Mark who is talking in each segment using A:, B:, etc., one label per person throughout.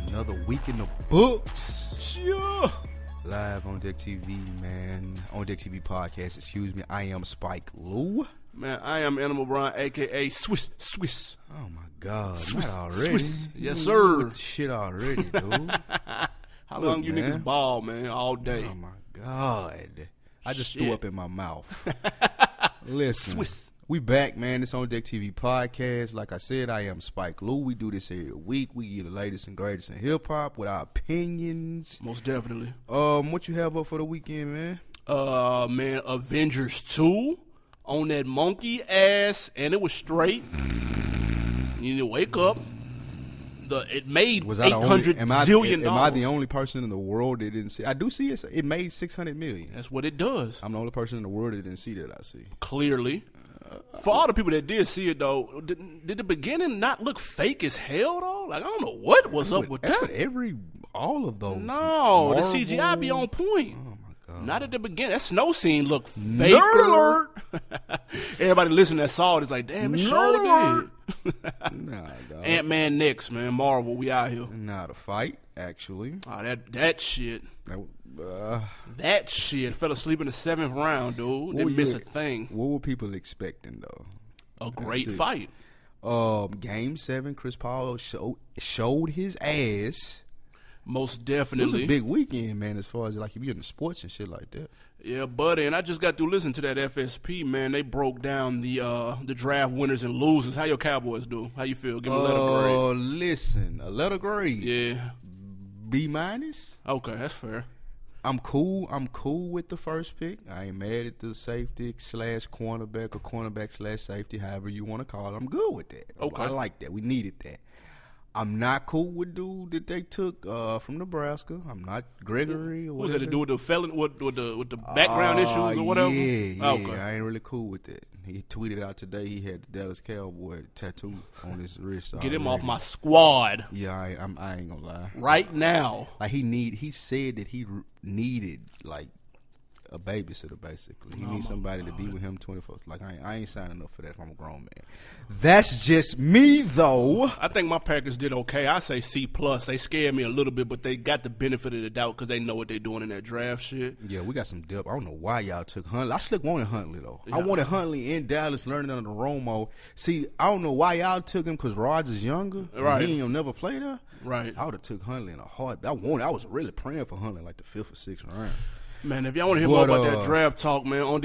A: back in the books.
B: Yeah.
A: Live on Deck TV, man. On Deck TV podcast, excuse me. I am Spike Lou.
B: Man, I am Animal Brown, aka Swiss Swiss.
A: Oh my God.
B: Swiss,
A: Not already.
B: Swiss. Yes,
A: You
B: sir.
A: with the Shit already, dude.
B: How
A: Look,
B: long you
A: man.
B: niggas ball, man, all day?
A: oh my God. I just threw
B: Shit.
A: up in my mouth. Listen.
B: Swiss.
A: We back, man. It's on Deck TV podcast. Like I said, I am Spike Lou. We do this every week. We give the latest and greatest in hip hop with our opinions.
B: Most definitely.
A: Um, what you have up for the weekend, man?
B: Uh, man, Avengers 2 on that monkey ass, and it was straight. You need to wake up. The It made
A: Was I the only?
B: 800
A: Am I,
B: zillion
A: am I
B: dollars.
A: the only person in the world that didn't see? I do see it. It made six hundred million.
B: That's what it does.
A: I'm the only person in the world that didn't see that. I see.
B: clearly. For all the people that did see it though, did, did the beginning not look fake as hell though? Like I don't know what was up with
A: That's
B: that.
A: what every all of those.
B: no,
A: Marvel-
B: the CGI be on point.
A: Oh my god.
B: Not at the beginning. That snow scene looked fake.
A: Nerd alert!
B: Everybody listening that saw it is like, damn, it
A: Nerd
B: sure
A: alert!
B: did.
A: nah, dog.
B: Ant Man next, man. Marvel, we out here.
A: Nah, the fight actually.
B: Oh, that that shit.
A: That- uh,
B: That shit. Fell asleep in the seventh round, dude.
A: were
B: Didn't miss
A: you-
B: a thing.
A: what were people expecting though?
B: A great
A: it.
B: fight.
A: Um, game seven, Chris Paul showed showed his ass.
B: Most
A: It was
B: definitely.
A: a big weekend, man. As far as like if you're in the sports and shit like that.
B: Yeah, buddy, and I just got through listening to that FSP man. They broke down the uh, the draft winners and losers. How your Cowboys do? How you feel? Give them a letter grade.
A: Oh, listen, a letter grade.
B: Yeah.
A: B minus.
B: Okay, that's fair.
A: I'm cool. I'm cool with the first pick. I ain't mad at the safety slash cornerback or cornerback slash safety, however you want to call it. I'm good with that.
B: Okay.
A: I like that. We needed that. I'm not cool with dude that they took uh, from Nebraska. I'm not Gregory. Or
B: What does that
A: whatever.
B: to do with the felon? What with the with the background issues
A: Uh,
B: or whatever? Oh,
A: Yeah, yeah.
B: Okay.
A: I ain't really cool with that. He tweeted out today he had the Dallas Cowboy tattoo on his wrist.
B: Get him off
A: already.
B: my squad
A: Yeah, I, I'm. I ain't gonna lie.
B: right now.
A: Like he need he said that he r- needed like a babysitter basically. He needs somebody to be with him twenty four. Like I, ain't- I ain't signing up for that if I'm a grown man. That's just me though.
B: I think my Packers did okay. I say C plus. They scared me a little bit, but they got the benefit of the doubt because they know what they're doing in that draft shit.
A: Yeah, we got some depth. I don't know why y'all took Huntley. I slick wanted Huntley though. I wanted Huntley in Dallas learning under Romo. See, I don't know why y'all took him because Rodgers is younger. and
B: Right.
A: He ain't gonna never play there.
B: Right.
A: I would have took Huntley in a heartbeat. I wanted. I was really praying for Huntley like the fifth or sixth round.
B: Man, if y'all want to hear more
A: But,
B: about
A: uh,
B: that draft talk, man, on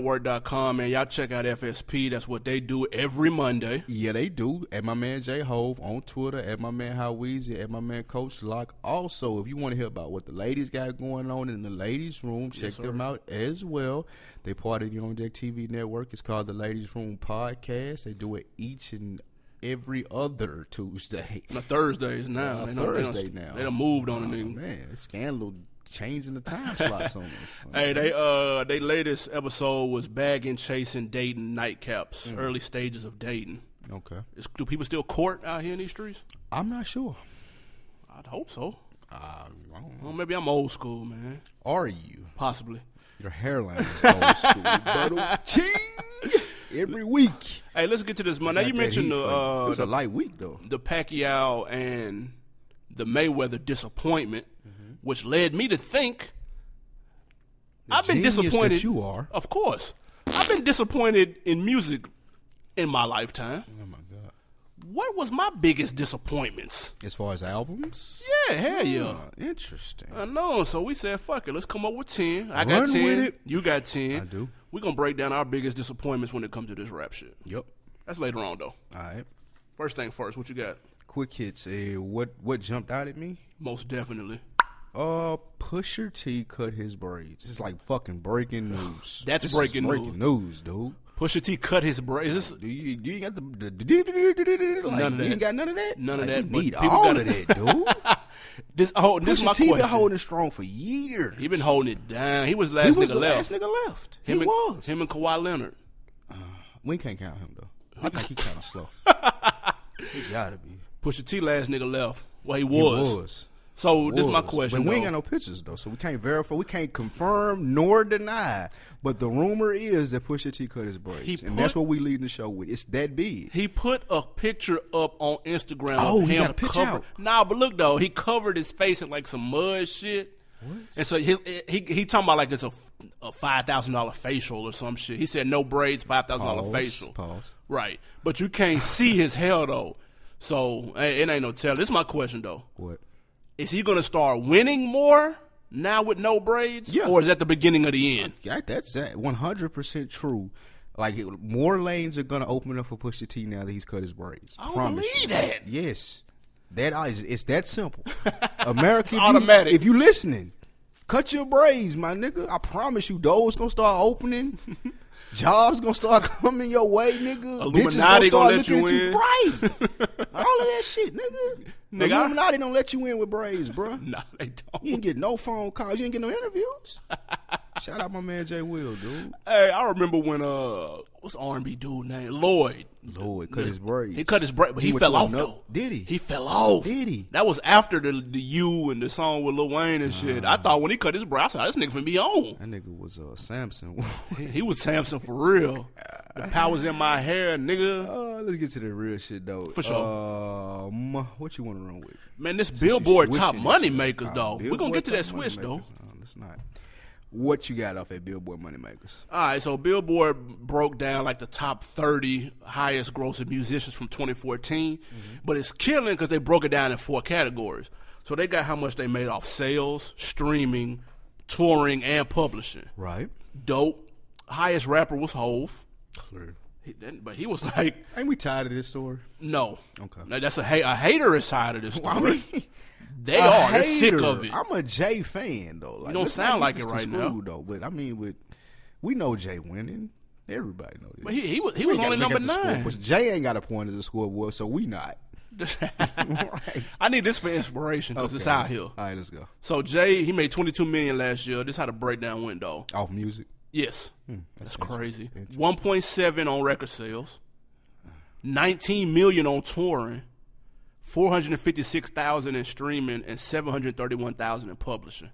B: decktvnetwork.com, man, y'all check out FSP. That's what they do every Monday.
A: Yeah, they do. At my man J Hove on Twitter, at my man Howeezy, at my man Coach Lock. Also, if you want to hear about what the ladies got going on in the ladies' room, check them out as well. They part of the On Deck TV network. It's called the Ladies Room Podcast. They do it each and every other Tuesday.
B: Now, Thursdays now.
A: Uh,
B: They done- they done-
A: Thursday now. Oh,
B: They done moved on the nigga.
A: Man, scandal changing the time slots on us.
B: Hey, they uh, they latest episode was bagging, chasing, dating, nightcaps,
A: Mm-hmm.
B: early stages of dating.
A: Okay,
B: Is, do people still court out here in these streets?
A: I'm not sure.
B: I'd hope so.
A: Uh, I don't know.
B: Well, maybe I'm old school, man.
A: Are you?
B: Possibly.
A: Your hairline is old school. Buttle ching every week.
B: Hey, let's get to this money. Now, you
A: That
B: mentioned
A: heat
B: the
A: fight. it
B: uh,
A: was a light week though.
B: the Pacquiao and the Mayweather disappointment,
A: Mm-hmm.
B: which led me to think I've been
A: Genius
B: disappointed.
A: That you are.
B: Of course, I've been disappointed in music in my lifetime.
A: Oh my god.
B: What was my biggest disappointments?
A: As far as albums.
B: Yeah, hell yeah.
A: Uh, interesting.
B: I know. So we said, "Fuck it, let's come up with ten. I got
A: Run with
B: ten.
A: it.
B: You got ten. I
A: do.
B: We're gonna break down our biggest disappointments when it comes to this rap shit.
A: yep.
B: That's later on though.
A: All right.
B: First thing first, what you got?
A: Quick hits. Uh, what what jumped out at me?
B: Most definitely.
A: Uh, Pusher T cut his braids. It's like fucking breaking news.
B: That's
A: This is
B: breaking
A: breaking news, dude.
B: Pusha T cut his braids. This-
A: Do you you ain't got the, the, the, the, the, the, the like,
B: None of
A: you
B: that.
A: ain't got none of that.
B: None of
A: Like,
B: that,
A: You
B: but
A: need
B: people
A: all of
B: gotta-
A: that, dude.
B: This oh, this is my
A: Pusha T been
B: question.
A: holding strong for years.
B: he been holding it down. He was the last
A: He was
B: nigga
A: the
B: left.
A: last nigga left. He
B: him and,
A: was.
B: him and Kawhi Leonard.
A: We can't count him though. I think he kind of slow. he gotta be.
B: Pusha T last nigga left. Well, he
A: He
B: was.
A: was.
B: So this is my
A: was.
B: question.
A: But we ain't
B: though.
A: got no pictures though, so we can't verify, we can't confirm nor deny. But the rumor is that Pusha T cut his braids,
B: He
A: and that's
B: put-
A: what we leading the show with. It's that big.
B: He put a picture up on Instagram.
A: Oh,
B: of
A: he
B: him
A: got a picture
B: covered.
A: out.
B: Nah, but look though, he covered his face in like some mud shit. And so his, eh, he he talking about like it's a, a five thousand dollar facial or some shit. He said no braids, five thousand dollar
A: Pause,
B: facial.
A: pause.
B: Right, but you can't see his hair though. So eh, it ain't no tell. This is my question though:
A: What?
B: Is he gonna start winning more now with no braids,
A: Yeah.
B: or is that the beginning of the end?
A: Yeah, that's that. One hundred percent true. Like it- more lanes are gonna open up for Pusha T now that he's cut his braids.
B: I don't
A: Promise
B: believe
A: you.
B: that.
A: Yes, that is it's that simple. America, if you-
B: automatic.
A: if you listening, cut your braids, my nigga. I promise you, doors gonna start opening. Jobs gonna start coming your way, nigga. Bitches
B: Illuminati gonna let
A: start looking
B: you
A: at you Right, all of that shit, nigga.
B: Nigga, I-
A: Illuminati don't let you in with braids, bruh.
B: Nah, they don't.
A: You didn't get no phone calls. You didn't get no interviews. Shout out my man Jay Will, dude.
B: Hey, I remember when uh, what's R and B dude name Lloyd.
A: Lord, cut his braids.
B: He cut his break, but he,
A: went
B: fell
A: to
B: off
A: another-
B: though.
A: Did he?
B: He fell off.
A: Did he?
B: That was after the the U and the song with Lil Wayne and shit.
A: Ah.
B: I thought when he cut his break, I said this nigga finna be on.
A: that nigga was uh, Samson.
B: He was Samson for real. The power's in my hair, nigga.
A: uh, let's get to the real shit though. For
B: sure.
A: Um, what you want to run with?
B: Man, this Billboard
A: She's
B: top
A: swishing
B: money
A: and shit.
B: makers,
A: Uh,
B: though. We're gonna
A: Billboard
B: get to that
A: top money
B: switch though.
A: makers. No, let's not. What you got off at Billboard Moneymakers?
B: All right, so Billboard broke down like the top 30 highest grossing musicians from 2014,
A: Mm-hmm.
B: but it's killing because they broke it down in four categories. So they got how much they made off sales, streaming, touring, and publishing.
A: Right.
B: Dope. Highest rapper was Hove,
A: Clear.
B: he, didn't- but he was like,
A: Ain't we tired of this story?
B: no.
A: Okay.
B: Now, that's a, ha- a hater side of this story. they
A: A
B: are. They're sick
A: hater.
B: of it.
A: I'm a Jay fan though. Like,
B: You don't
A: let's
B: sound
A: not
B: like
A: get
B: it
A: this
B: right now.
A: construed, Though, but I mean, with we know Jay winning. Everybody knows this.
B: But he- he was- he
A: We
B: was
A: ain't
B: only
A: gotta look
B: number
A: at the
B: nine.
A: scoreboard. Jay ain't got a point as a scoreboard, so we not.
B: I need this for inspiration because it's out here.
A: All right, let's go.
B: So Jay, he made 22 million last year. This how the breakdown went though.
A: Off music.
B: Yes.
A: Hmm,
B: that's crazy. 1.7 on record sales. 19 million on touring. 456,000 in streaming and 731,000 in publishing.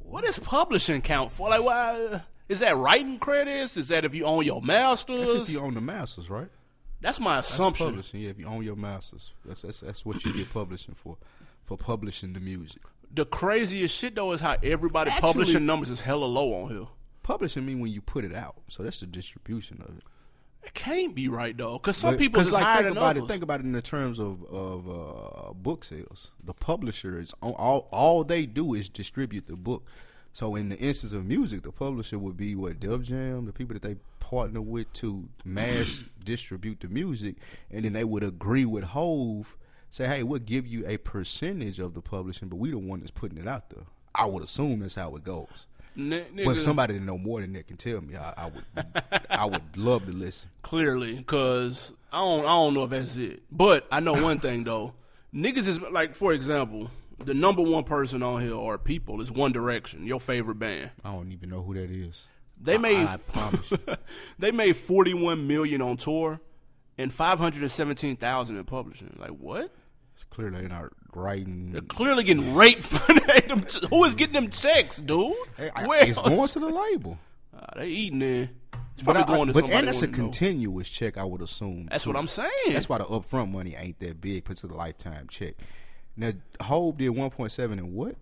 B: What does publishing count for? Like why uh, is that writing credits? Is that if you own your masters?
A: That's if
B: That's,
A: you own the masters, right?
B: my assumption.
A: Publishing, yeah. If you own your masters, that's that's, that's what you get publishing for, for publishing the music.
B: the craziest shit though is how everybody
A: Actually-
B: publishing numbers is hella low on here.
A: Publishing mean when you put it out, so that's the distribution of it.
B: It can't be right though, because some
A: But-
B: people
A: 'cause,
B: is
A: like,
B: higher
A: think
B: than
A: about
B: others.
A: it. Think about it in the terms of of uh, book sales. The publisher is on, all all they do is distribute the book. So in the instance of music, the publisher would be what Dub Jam, the people that they partner with to mass distribute the music, and then they would agree with Hove, say, "Hey, we'll give you a percentage of the publishing, but we the one that's putting it out there." I would assume that's how it goes.
B: N-
A: But
B: nigga.
A: if somebody that know more than that can tell me, I, I would I would love to listen.
B: clearly because I don't I don't know if that's it. But I know one thing though, niggas is like for example, the number one person on here or people is One Direction, your favorite band.
A: I don't even know who that is.
B: They made
A: I promise
B: they made forty one million on tour and five hundred and seventeen thousand in publishing. Like what?
A: It's clear they're not writing.
B: Clearly getting raped for them. Who is getting them checks, dude?
A: Hey, I-
B: Where
A: it's
B: else?
A: going to the label.
B: Ah, they eating it. It's
A: But,
B: probably
A: I,
B: going to
A: but
B: somebody.
A: and that's a
B: who wouldn't know.
A: continuous check, I would assume.
B: That's
A: too.
B: what I'm saying.
A: That's why the upfront money ain't that big, but it's a lifetime check. Now, Hove did 1.7 and what?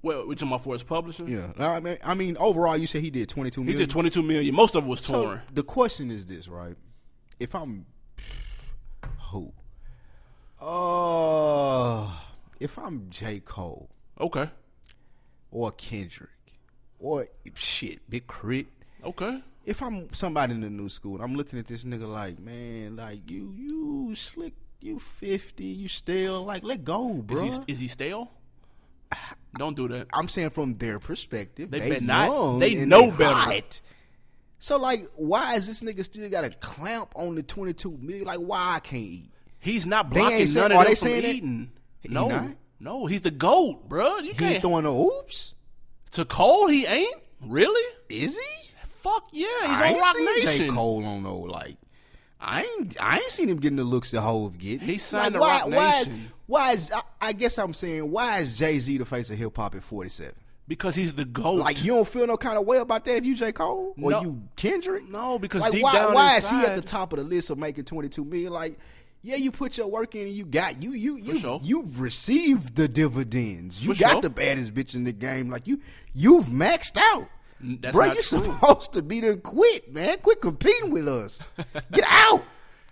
B: well, which am I for? Is publishing?
A: Yeah, I mean, I mean, overall, you said he did 22
B: He
A: million.
B: did twenty two million. Most of it was
A: So,
B: touring.
A: the question is this, right? If I'm who? Uh, if I'm J. Cole
B: Okay.
A: or Kendrick or shit, Big Crit,
B: Okay.
A: if I'm somebody in the new school, and I'm looking at this nigga like, man, like you, you slick, you fifty, you still like, let go, bro.
B: Is he, is he stale? Don't do that.
A: I'm saying from their perspective,
B: They
A: they,
B: bet not.
A: young
B: They
A: and
B: know
A: they
B: better.
A: hot. So like, why is this nigga still got a clamp on the 22 million? Like, why I can't eat?
B: He's not
A: ain't
B: blocking none
A: saying-
B: of
A: are
B: them
A: they
B: from
A: saying that?
B: eating.
A: He
B: No,
A: not?
B: no, he's the goat, bro. You
A: He ain't
B: can't.
A: throwing no oops.
B: to Cole, he ain't really.
A: Is he?
B: Fuck yeah, he's on
A: I ain't
B: Rock
A: seen J.
B: Nation.
A: Cole on no like. I ain't I ain't seen him getting the looks that Hove get.
B: He signed
A: why,
B: to Roc
A: why,
B: Nation.
A: Why is I, I guess I'm saying why is Jay Z the face of hip hop at 47?
B: because he's the goat.
A: Like you don't feel no kind of way about that if you J Cole or
B: No.
A: you Kendrick.
B: no, because
A: Like
B: deep
A: why
B: down
A: why
B: inside,
A: is he at the top of the list of making 22 million? Like yeah, you put your work in and you got you you you
B: sure.
A: you've received the dividends. You
B: For
A: got
B: sure.
A: the baddest bitch in the game. Like you you've maxed out.
B: N- that's
A: Bro,
B: not
A: you're
B: true.
A: supposed to be done quit, man. Quit competing with us. Get out.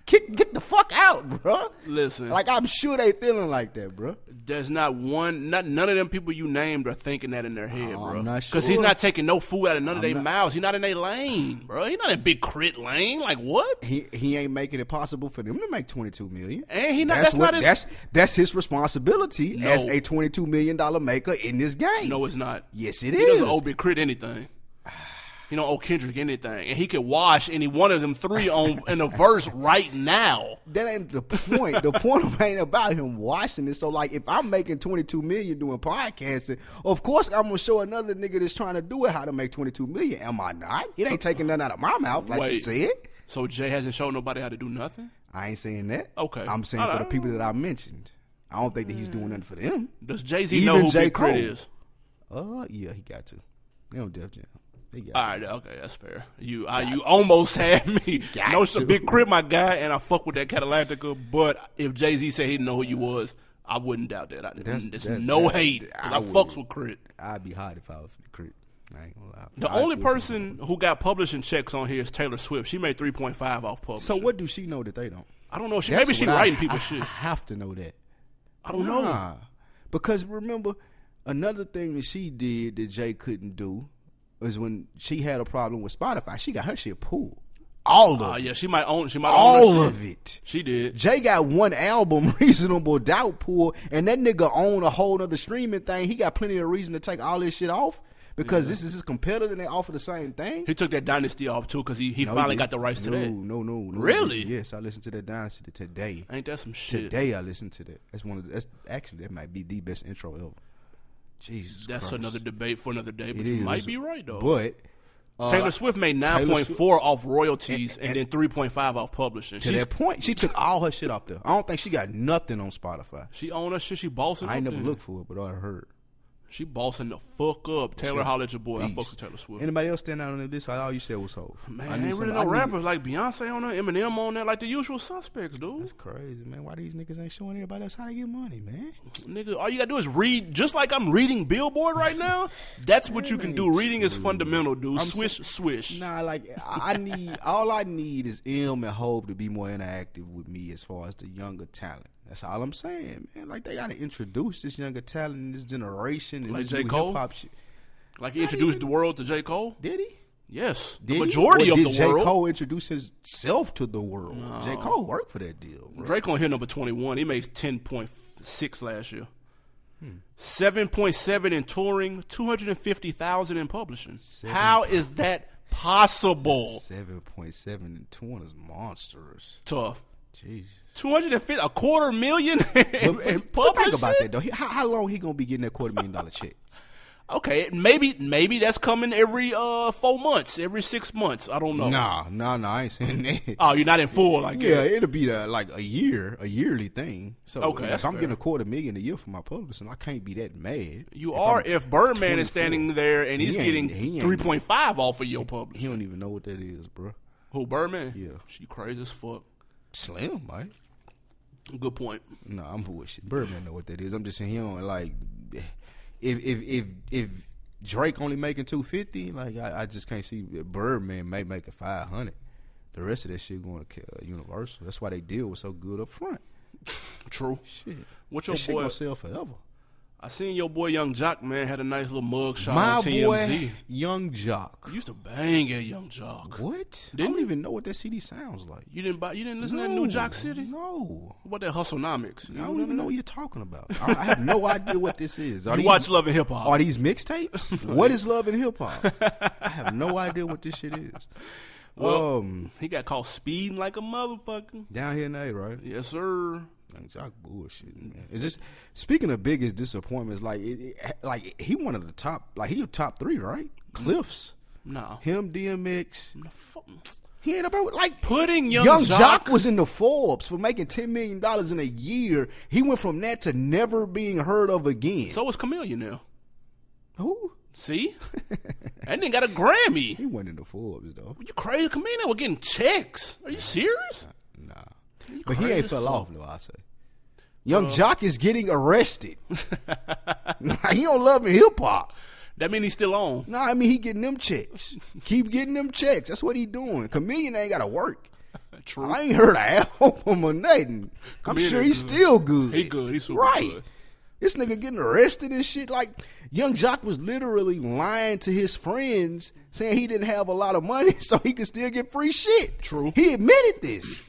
A: Kick, get the fuck out, bro.
B: Listen.
A: Like I'm sure they feeling like that, bro.
B: There's not one, not none of them people you named are thinking that in their head,
A: No,
B: bro.
A: Oh, I'm not
B: Because he's
A: sure.
B: not taking no food out of none of their
A: not-
B: mouths. He's not in their lane, bro. He's not in big crit lane. Like what?
A: He he ain't making it possible for them to make 22 million.
B: And he not- that's not his-
A: that's that's his responsibility
B: No.
A: as a 22 million dollar maker in this game.
B: No, it's not.
A: Yes, it
B: he
A: is.
B: doesn't owe big crit anything. He don't owe Kendrick anything, and he could wash any one of them three on in a verse right now.
A: that ain't the point. the point ain't about him watching it. So like, if I'm making 22 million doing podcasting, of course I'm gonna show another nigga that's trying to do it how to make 22 million. Am I not? It ain't taking nothing out of my mouth, like you
B: Wait.
A: said.
B: So Jay hasn't shown nobody how to do nothing.
A: I ain't saying that.
B: Okay. Mm.
A: I'm saying for the people that I mentioned. I don't think that he's doing nothing for them.
B: Does Jay Z
A: Even
B: know who
A: J.
B: Big Crit
A: Cole.
B: is?
A: Uh, yeah, he got to. They don't Def Jam. They got.
B: All right, okay, that's fair. You I, you almost had me.
A: Got
B: No, it's a
A: to.
B: big crib, my guy, and I fuck with that Catalactica. But if Jay Z said he didn't know who you was, I wouldn't doubt that. I, mm,
A: That's-
B: there's
A: that-
B: no
A: that-
B: hate. 'cause
A: I
B: I,
A: would.
B: fucks with Crit.
A: I'd be hot if I was the crit. I ain't gonna lie.
B: The
A: I'd
B: only
A: feel some-
B: person who got publishing checks on here is Taylor Swift. She made three point five off publishing.
A: So what do she know that they don't?
B: I don't know. She,
A: That's
B: maybe she
A: what I-
B: writing people
A: I-
B: shit.
A: I have to know that.
B: I don't know.
A: Nah. Because remember, another thing that she did that Jay couldn't do is when she had a problem with Spotify, she got her shit pulled. All of
B: Uh,
A: it.
B: yeah, she might own. She might own
A: All
B: her shit.
A: of it.
B: She did.
A: Jay got one album, Reasonable Doubt Pool, and that nigga own a whole nother streaming thing. He got plenty of reason to take all this shit off because this is his competitor and they offer the same thing.
B: He took that dynasty off too because he, he
A: No,
B: finally
A: he
B: got the rights to
A: no,
B: that.
A: No, no, no.
B: Really?
A: Yes, I listened to that Dynasty today.
B: Ain't that some shit?
A: Today I listened to that. That's one of the, that's actually that might be the best intro ever. Jesus,
B: That's
A: Christ.
B: another debate for another day. But
A: It
B: you
A: is.
B: might be right though.
A: But uh,
B: Taylor Swift made nine
A: Taylor
B: point
A: Swi-
B: four off royalties and, then three point five off publishing.
A: to
B: She's,
A: that point, she took all her shit off there. I don't think she got nothing on Spotify.
B: she own her shit. She bossing.
A: I ain't
B: up
A: never
B: there.
A: looked for it, but I heard.
B: She bossing the fuck up. Taylor holla at your boy. I fucks
A: Beast.
B: with Taylor Swift.
A: Anybody else stand out on this? All you said was Hov.
B: Man,
A: I
B: ain't
A: need
B: really
A: somebody-
B: no
A: I need-
B: rappers like Beyonce on there, Eminem on there, like the usual suspects, dude.
A: It's crazy, man. Why these niggas ain't showing everybody else how they get money, man?
B: Nigga, all you gotta do is read, just like I'm reading Billboard right now. That's what you can do. Reading is fundamental, dude. Swish, swish.
A: Nah, like I I need all I need is M and Hove to be more interactive with me as far as the younger talent. That's all I'm saying, man. Like they gotta introduce this younger talent, in this generation, and
B: Like
A: this
B: J.
A: new
B: Cole?
A: hip-hop shit.
B: Like he introduced the world to J. Cole.
A: Did he?
B: Yes,
A: Did
B: the
A: he?
B: majority
A: Or
B: of
A: did
B: the
A: J.
B: world.
A: Cole introduce himself to the world? J. Cole worked for that deal. Bro.
B: Drake on here number twenty one. He makes ten point six last year.
A: Hmm.
B: Seven point seven in touring, two hundred and fifty thousand in publishing. How is that possible?
A: Seven point seven and twenty is monstrous.
B: Tough.
A: Jeez.
B: Two hundred and fifty, a quarter million in, in
A: But
B: publishing.
A: think about that though. He- how, how long he gonna be getting that quarter million dollar check?
B: Okay, maybe maybe that's coming every uh four months, every six months. I don't know.
A: Nah, nah, nah. I ain't saying that.
B: Oh, you're not in full like
A: Yeah,
B: yeah.
A: it'll be the, like a year, a yearly thing. So
B: Okay,
A: if
B: that's
A: I'm
B: fair.
A: getting a quarter million a year for my publishing, I can't be that mad.
B: You are if Birdman is
A: 24.
B: standing there and he's
A: He
B: getting
A: ain't- he ain't-
B: three point five off of your publish.
A: He don't even know what that is, bro.
B: Who Birdman?
A: Yeah.
B: she crazy as fuck.
A: Slim, right?
B: Good point.
A: No, I'm bullshit. Birdman know what that is. I'm just saying he don't like if if if if Drake only making two fifty, like I, I just can't see that Birdman may make a five hundred. The rest of that shit going to uh, Universal. That's why they deal was so good up front.
B: True.
A: Shit,
B: What your
A: that shit
B: boy?
A: gonna sell forever.
B: I seen your boy Young Jock man had a nice little mug shot
A: My
B: on TMZ.
A: boy, Young Jock.
B: You used to bang at Young Jock.
A: What? I
B: Didn't
A: don't
B: you?
A: even know what that CD sounds like.
B: You didn't buy. You didn't listen to that New Jock City.
A: No.
B: What about that Hustlenomics? You
A: I
B: know
A: don't
B: that?
A: even know what you're talking about. I, I have no idea what this is. Are
B: You
A: these,
B: watch Love and Hip Hop.
A: are these mixtapes? what is love and hip hop? I have no idea what this shit is. um,
B: He got caught speeding like a motherfucker.
A: down here in A, right?
B: Yes, sir.
A: Young Jock bullshit, man. Is this speaking of biggest disappointments? Like, it, it, like he one of the Mm. top, like he top three, right? Cliffs,
B: Nah.
A: him, DMX,
B: Fuck.
A: He ain't about like
C: Putting young,
A: Young, Jock. was in the Forbes for making ten million dollars in a year. He went from that to never being heard of again.
B: So is Chameleon now.
A: who?
B: See? and then got a Grammy.
A: He went in the Forbes though.
B: You crazy Chameleon? We're getting checks. Are you serious?
A: Nah,
B: You
A: but he
B: crazy
A: ain't
B: as
A: fell
B: fuck. Uh,
A: off though. I say. Young Jock is getting arrested. nah, he don't love hip hop.
B: That mean he's still on.
A: Nah, I mean he getting them checks. Keep getting them checks. That's what he doing. Chameleon ain't got to work.
B: True.
A: I ain't heard an album or nothing. I'm
B: Chameleon
A: sure he's
B: good.
A: still good.
B: He good. He super
A: right.
B: good.
A: This nigga getting arrested and shit. Like Young Jock was literally lying to his friends, saying he didn't have a lot of money, so he could still get free shit.
B: True.
A: He admitted this.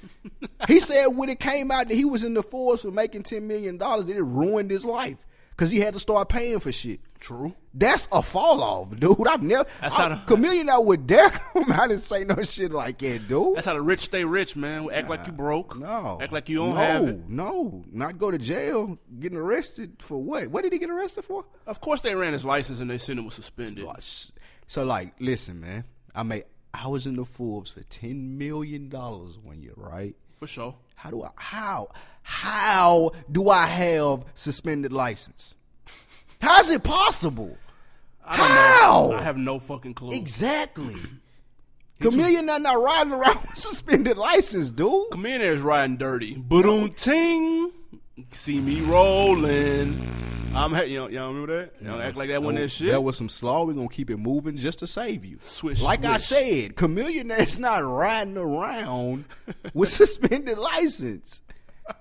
A: he said when it came out that he was in the force for making ten million dollars, that it ruined his life because he had to start paying for shit.
B: True.
A: That's a fall off, dude. I've never.
B: That's how
A: I-
B: the-
A: Chameleon, I would dare come out and say no shit like that, dude.
B: That's how the rich stay rich, man. We act like you broke.
A: no.
B: Act like you don't
A: no,
B: have it.
A: No, not go to jail. Getting arrested for what? What did he get arrested for?
B: Of course they ran his license and they sent him was suspended.
A: So, like, listen, man. I made. I was in the Forbes for ten million dollars one year, right?
B: For sure.
A: How do I? How? How do I have suspended license? How's it possible?
B: I don't
A: How?
B: know. I have no fucking clue.
A: Exactly. Chameleon not not riding around with suspended license, dude.
B: Millionaires riding dirty. Boom ting. See me rolling. I'm ha- y'all, y'all remember that? Y'all act like that when that shit.
A: That was some slaw. We're gonna keep it moving just to save you.
B: Swish,
A: like I
B: swish.
A: said, chameleon is not riding around with suspended license.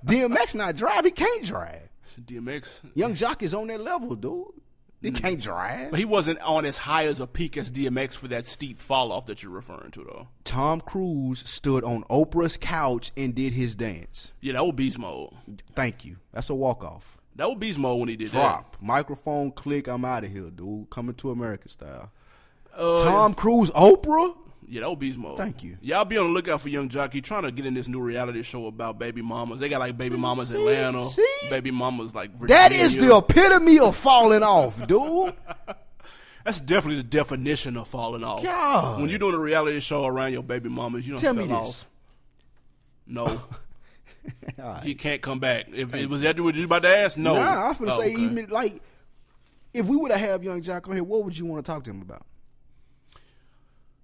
A: DMX not drive. He can't drive.
B: DMX.
A: Young Jock is on that level, dude.
B: Mm.
A: He can't drive.
B: But he wasn't on as high as a peak as DMX for that steep fall off that you're referring to though.
A: Tom Cruise stood on Oprah's couch and did his dance.
B: Yeah, that was beast mode.
A: Thank you. That's a walk off.
B: That was beast mode when he did
A: Drop. Microphone click. I'm out of here, dude. Coming to America style.
B: that. Uh,
A: Tom Cruise, Oprah.
B: Yeah, that was beast mode.
A: Thank you.
B: Y'all be on the lookout for Young Jock. He trying to get in this new reality show about baby mamas. They got like baby mamas
A: see,
B: Atlanta,
A: see?
B: baby mamas like Virginia.
A: That is the epitome of falling off, dude.
B: That's definitely the definition of falling off.
A: God.
B: When you're doing a reality show around your baby mamas, you don't
A: Tell
B: fell
A: me this.
B: off. No. He can't come back. If it was that what you about to ask, no.
A: Nah, I was gonna
B: Oh,
A: say
B: okay.
A: even like if we would have have young Jock on here, what would you want to talk to him about?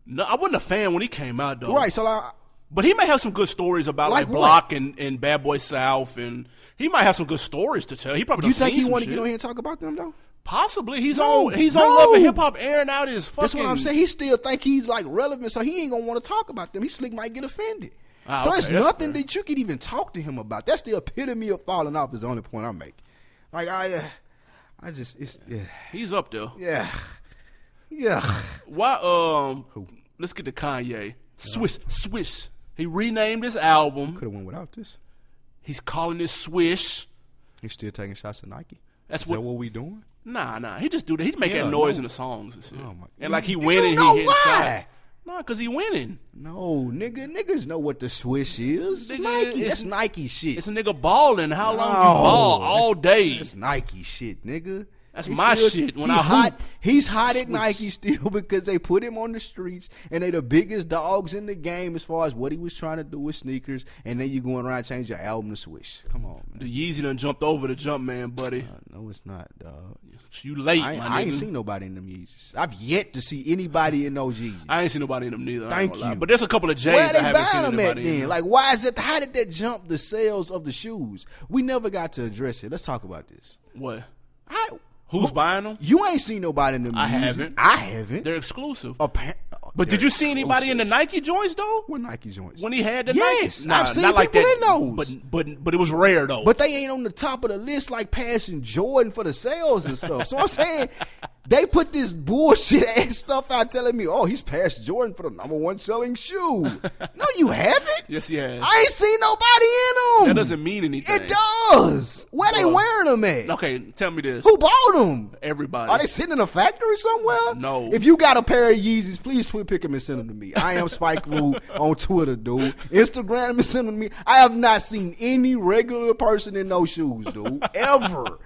B: No, I wasn't a fan when he came out though.
A: Right. So like,
B: But he may have some good stories about
A: Like
B: like,
A: what?
B: Block and, and Bad Boy South and he might have some good stories to tell. He probably
A: do you
B: done
A: think
B: seen
A: he
B: some
A: want to
B: shit.
A: get on here and talk about them though?
B: Possibly he's
A: No,
B: on he's
A: no.
B: on Love and Hip Hop airing out his fucking.
A: That's what I'm saying. He still think he's like relevant, so he ain't gonna want to talk about them. He slick might get offended.
B: Ah,
A: so
B: okay,
A: it's
B: that's
A: nothing
B: fair.
A: that you could even talk to him about. That's the epitome of falling off. Is the only point I make. Like I, uh, I just it's yeah,
B: He's up there.
A: yeah, yeah.
B: Why? Um, let's get to Kanye. Swish, swish. He renamed his album.
A: Could have went without this.
B: He's calling it Swish.
A: He's still taking shots at Nike.
B: That's
A: is
B: what-
A: that what we doing?
B: Nah, nah. He just do that. He's making
A: Yeah,
B: noise
A: no. Oh
B: in the songs and shit.
A: my-
B: and like he
A: You
B: winning,
A: know
B: he hitting
A: why?
B: shots. Nah, cause he winning.
A: No, nigga, niggas know what the swish is.
B: Nigga,
A: Nike,
B: it's-
A: that's Nike shit.
B: It's a nigga balling. How long
A: No,
B: you ball all day?
A: That's Nike shit, nigga.
B: That's my shit. When
A: he
B: I
A: hot,
B: hoop,
A: he's hot at Nike still because they put him on the streets and they the biggest dogs in the game as far as what he was trying to do with sneakers. And then you going around and change your album to Swish. Come on,
B: The
A: man.
B: Yeezy done jumped over the jump man, buddy.
A: No, it's not, dog.
B: You late,
A: I,
B: my
A: I ain't
B: nigga.
A: seen nobody in them Yeezys. I've yet to see anybody in those Yeezys.
B: I ain't seen nobody in them neither. I ain't
A: Thank
B: gonna lie.
A: you.
B: But there's a couple of J's
A: Where
B: I
A: they
B: haven't seen
A: buying them at
B: anybody. in.
A: then? Like, why is that? How did that jump the sales of the shoes? We never got to address it. Let's talk about this.
B: what?
A: I,
B: Who's buying them?
A: you ain't seen nobody in them.
B: I
A: Yeezys.
B: haven't.
A: I haven't.
B: They're exclusive.
A: Appa-
B: But did you see anybody in the Nike joints though?
A: What Nike joints?
B: When he had the
A: Yes,
B: Nike?
A: I've seen people in those.
B: But but but it was rare though.
A: but they ain't on the top of the list like passing Jordan for the sales and stuff. So I'm saying they put this bullshit ass stuff out telling me, oh, he's past Jordan for the number one selling shoe. no, you haven't.
B: yes, he has.
A: I ain't seen nobody in
B: that
A: them.
B: doesn't mean anything.
A: It does. Where they
B: Well,
A: wearing them at?
B: Okay, tell me this.
A: Who bought them?
B: Everybody.
A: Are they sitting in a factory somewhere?
B: No.
A: If you got a pair of Yeezys, please tweet pick them and send them to me. I am Spike Lee on Twitter, dude. Instagram and send them to me. I have not seen any regular person in those shoes, dude. Ever.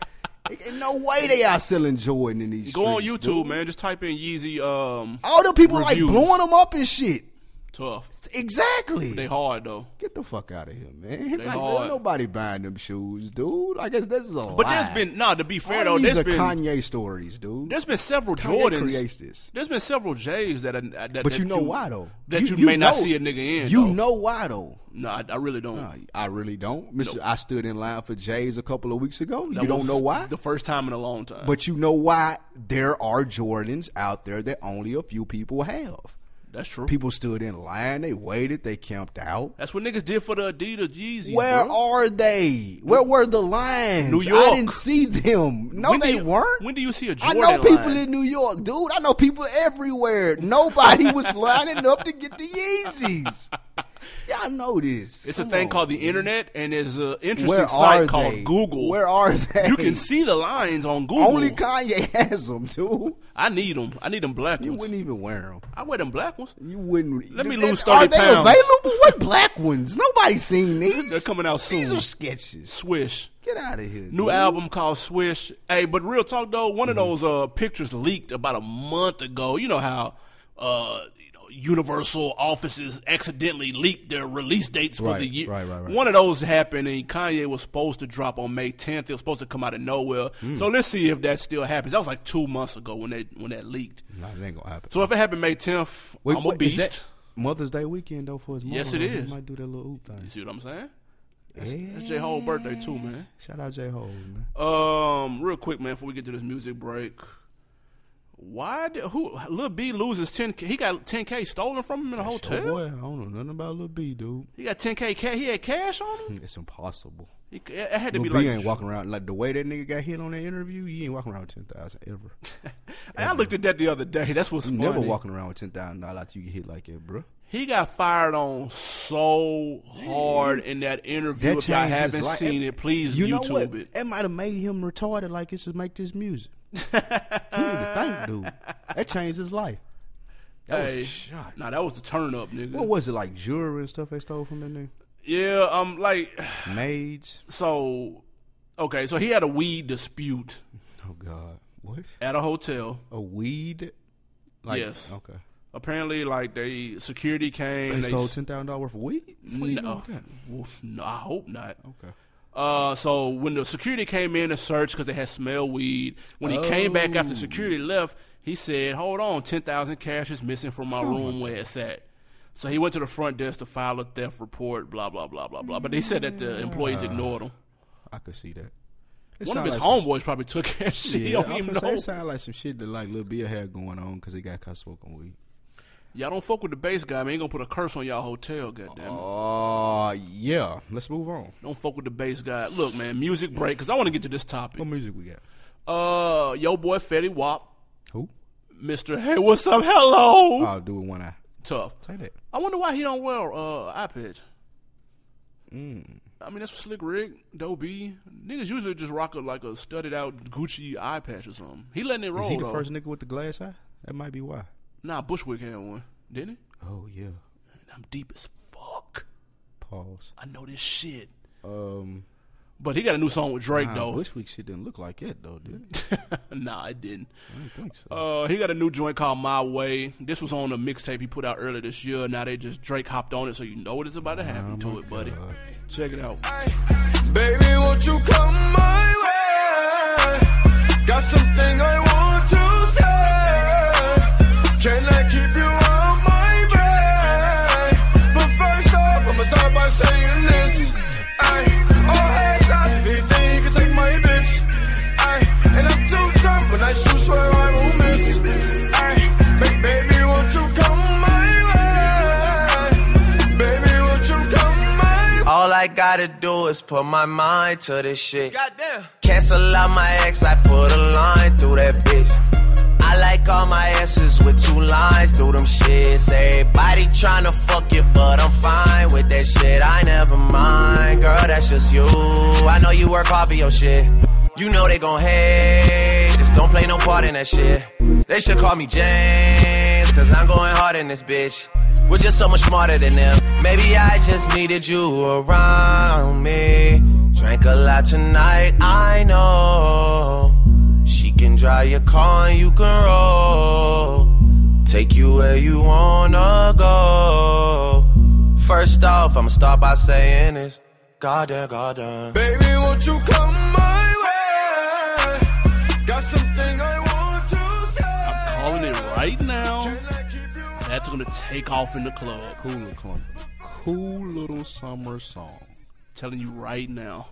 A: Ain't no way they are selling Jordan in these
B: Go on
A: streets,
B: YouTube,
A: dude.
B: man. Just type in Yeezy. Um,
A: All the people like
B: Reviews.
A: blowing them up and shit.
B: Tough.
A: Exactly.
B: They hard though.
A: Get the fuck out of here, man. Like,
B: hard.
A: ain't nobody buying them shoes, dude. I guess this is a
B: But there's been no. to be fair
A: All
B: though,
A: these
B: there's
A: are
B: oh, been
A: Kanye stories, dude.
B: there's been several
A: Kanye
B: Jordans.
A: creates this.
B: There's been several J's that, are, that
A: But
B: that
A: you know why though?
B: that you, may not
A: know-
B: see a nigga in.
A: You
B: though.
A: know why though?
B: no, I, I really don't.
A: I- I really don't, Mister. I stood in line for J's a couple of weeks ago.
B: That
A: you don't
B: was
A: know why,
B: The first time in a long time.
A: but you know why there are Jordans out there that only a few people have.
B: that's true.
A: People stood in line. They waited. They camped out.
B: that's what niggas did for the Adidas Yeezys.
A: Where
B: bro.
A: are they? Where were the lines?
B: New
A: I
B: York.
A: didn't see them. No,
B: When do
A: they
B: you-
A: weren't.
B: When do you see a
A: I
B: Jordan?
A: know people
B: line?
A: in New York, dude. I know people everywhere. Nobody was lining up to get the Yeezys. Yeah, I know this.
B: It's
A: Come
B: a thing
A: on.
B: called the internet, and there's an interesting
A: Where are
B: site called
A: they?
B: Google.
A: Where are they?
B: you can see the lines on Google.
A: Only Kanye has them, dude.
B: I need them. I need them black
A: You
B: ones.
A: wouldn't even wear them.
B: I wear them black ones.
A: You wouldn't.
B: Let me
A: Th-
B: lose
A: Are
B: 30
A: they
B: pounds.
A: available? What black ones? Nobody's seen these.
B: They're coming out soon.
A: These are sketches.
B: Swish.
A: Get out of here.
B: New
A: dude.
B: album called Swish. Hey, but real talk though, one
A: Mm-hmm.
B: of those uh, pictures leaked about a month ago. You know how uh, you know, Universal offices accidentally leaked their release dates for
A: Right,
B: the year.
A: right, right, right.
B: One of those happened, and Kanye was supposed to drop on May 10th. It was supposed to come out of nowhere.
A: Mm.
B: So let's see if that still happens. That was like two months ago when that when that leaked.
A: Nah, that ain't gonna happen.
B: So if it happened May 10th,
A: Wait,
B: I'm a
A: wait, is
B: beast.
A: that Mother's Day weekend though for his mother.
B: Yes, it
A: though. He
B: is.
A: might do that little oop thing.
B: You see what I'm saying? That's
A: Yeah.
B: J Hole's birthday too, man.
A: Shout out J Ho, man.
B: Um, real quick, man, before we get to this music break, why did who Lil B loses ten? He got ten k stolen from him in a
A: Oh,
B: hotel.
A: boy, I don't know nothing about Lil B, dude.
B: He got ten k cash. He had cash on him.
A: Mm, It's impossible.
B: He, it had to
A: Lil
B: be
A: B
B: like.
A: ain't walking around like the way that nigga got hit on that interview. You ain't walking around with ten thousand ever.
B: Hey, I looked at that the other day. That's what's
A: You
B: funny.
A: never walking around with ten thousand dollars after you get hit like that, bro.
B: He got fired on so hard in that interview.
A: That
B: if y'all
A: changed his
B: haven't
A: life.
B: seen it, please
A: You know
B: YouTube
A: what?
B: it.
A: That might have made him retarded. Like it should make this music. you need to think, dude. That changed his life. That was
B: Hey,
A: a shot.
B: Nah, that was the turn up, nigga.
A: What was it like? Jewelry and stuff they stole from that nigga.
B: Yeah, um, like
A: Maids.
B: so. Okay, so he had a weed dispute
A: Oh God, what?
B: at a hotel.
A: A weed? Like,
B: Yes.
A: Okay.
B: apparently like they security came
A: They
B: and
A: stole ten thousand dollars worth of weed. What do you know
B: no,
A: about that?
B: Oof, no, I hope not.
A: Okay.
B: Uh, so when the security came in to search because they had smell weed, when he came back
A: Oh.
B: after security left, he said, "Hold on, ten thousand cash is missing from my room where it's at." So he went to the front desk to file a theft report. Blah blah blah blah blah. But they said that the employees ignored him.
A: I could see that. Mm. It
B: One of
A: sound
B: his
A: like
B: homeboys probably took that shit.
A: Some,
B: he
A: yeah,
B: don't
A: I
B: even
A: was gonna
B: know.
A: say, it sound like some shit that like Lil Bill had going on because he got caught smoking weed.
B: Y'all don't fuck with the base guy, man. He gonna put a curse on y'all hotel, goddamn. it.
A: Uh yeah. Let's move on.
B: Don't fuck with the bass guy. Look, man, music break because I want to get to this topic.
A: What music we got?
B: Uh, yo, boy, Fetty Wap,
A: Who?
B: Mister. Hey, what's up? Hello.
A: I'll do it one eye.
B: Tough.
A: Say that.
B: I wonder why he don't wear uh eye patch. I mean, that's Slick Rick, Dobie. Niggas usually just rock a, like a studded out Gucci eye patch or something. He letting it roll.
A: Is he the
B: though.
A: first nigga with the glass eye? That might be why.
B: Nah, Bushwick had one, didn't he?
A: Oh yeah.
B: I'm deep as fuck.
A: Pause.
B: I know this shit.
A: Um.
B: But he got a new song with Drake
A: Nah,
B: though.
A: Bushwick shit didn't look like it though, did it?
B: nah, it didn't.
A: I don't think so.
B: Uh, he got a new joint called My Way. This was on a mixtape he put out earlier this year. Now they just Drake hopped on it, so you know what is about to happen to it, buddy. Check it out.
C: Baby, won't you come my way? Got something I want to say. Can I keep you on my bed? But first off, I'ma start by saying this. Ay, all headshots if you think you can take my bitch. Ay, and I'm too tough when I shoot, swear I won't miss. Ay, ba- baby, won't you come my way? Baby, won't you come my way?
D: All I gotta do is put my mind to this shit.
C: Goddamn.
D: Cancel out my ex, I put a line through that bitch. I like all my asses with two lines through them shits. Everybody tryna fuck you, but I'm fine with that shit. I never mind, girl, that's just you. I know you work hard for your shit. You know they gon' hate, just don't play no part in that shit. They should call me James, cause I'm going hard in this bitch. We're just so much smarter than them. Maybe I just needed you around me. Drank a lot tonight, I know. She can drive your car and you can roll. Take you where you wanna go. First off, I'ma start by saying this. Goddamn, goddamn.
C: Baby, won't you come my way? Got something I want to say.
B: I'm calling it right now.
C: Can I keep you
B: That's gonna take off in the club.
A: Cool little, cool little summer song.
B: telling you right now.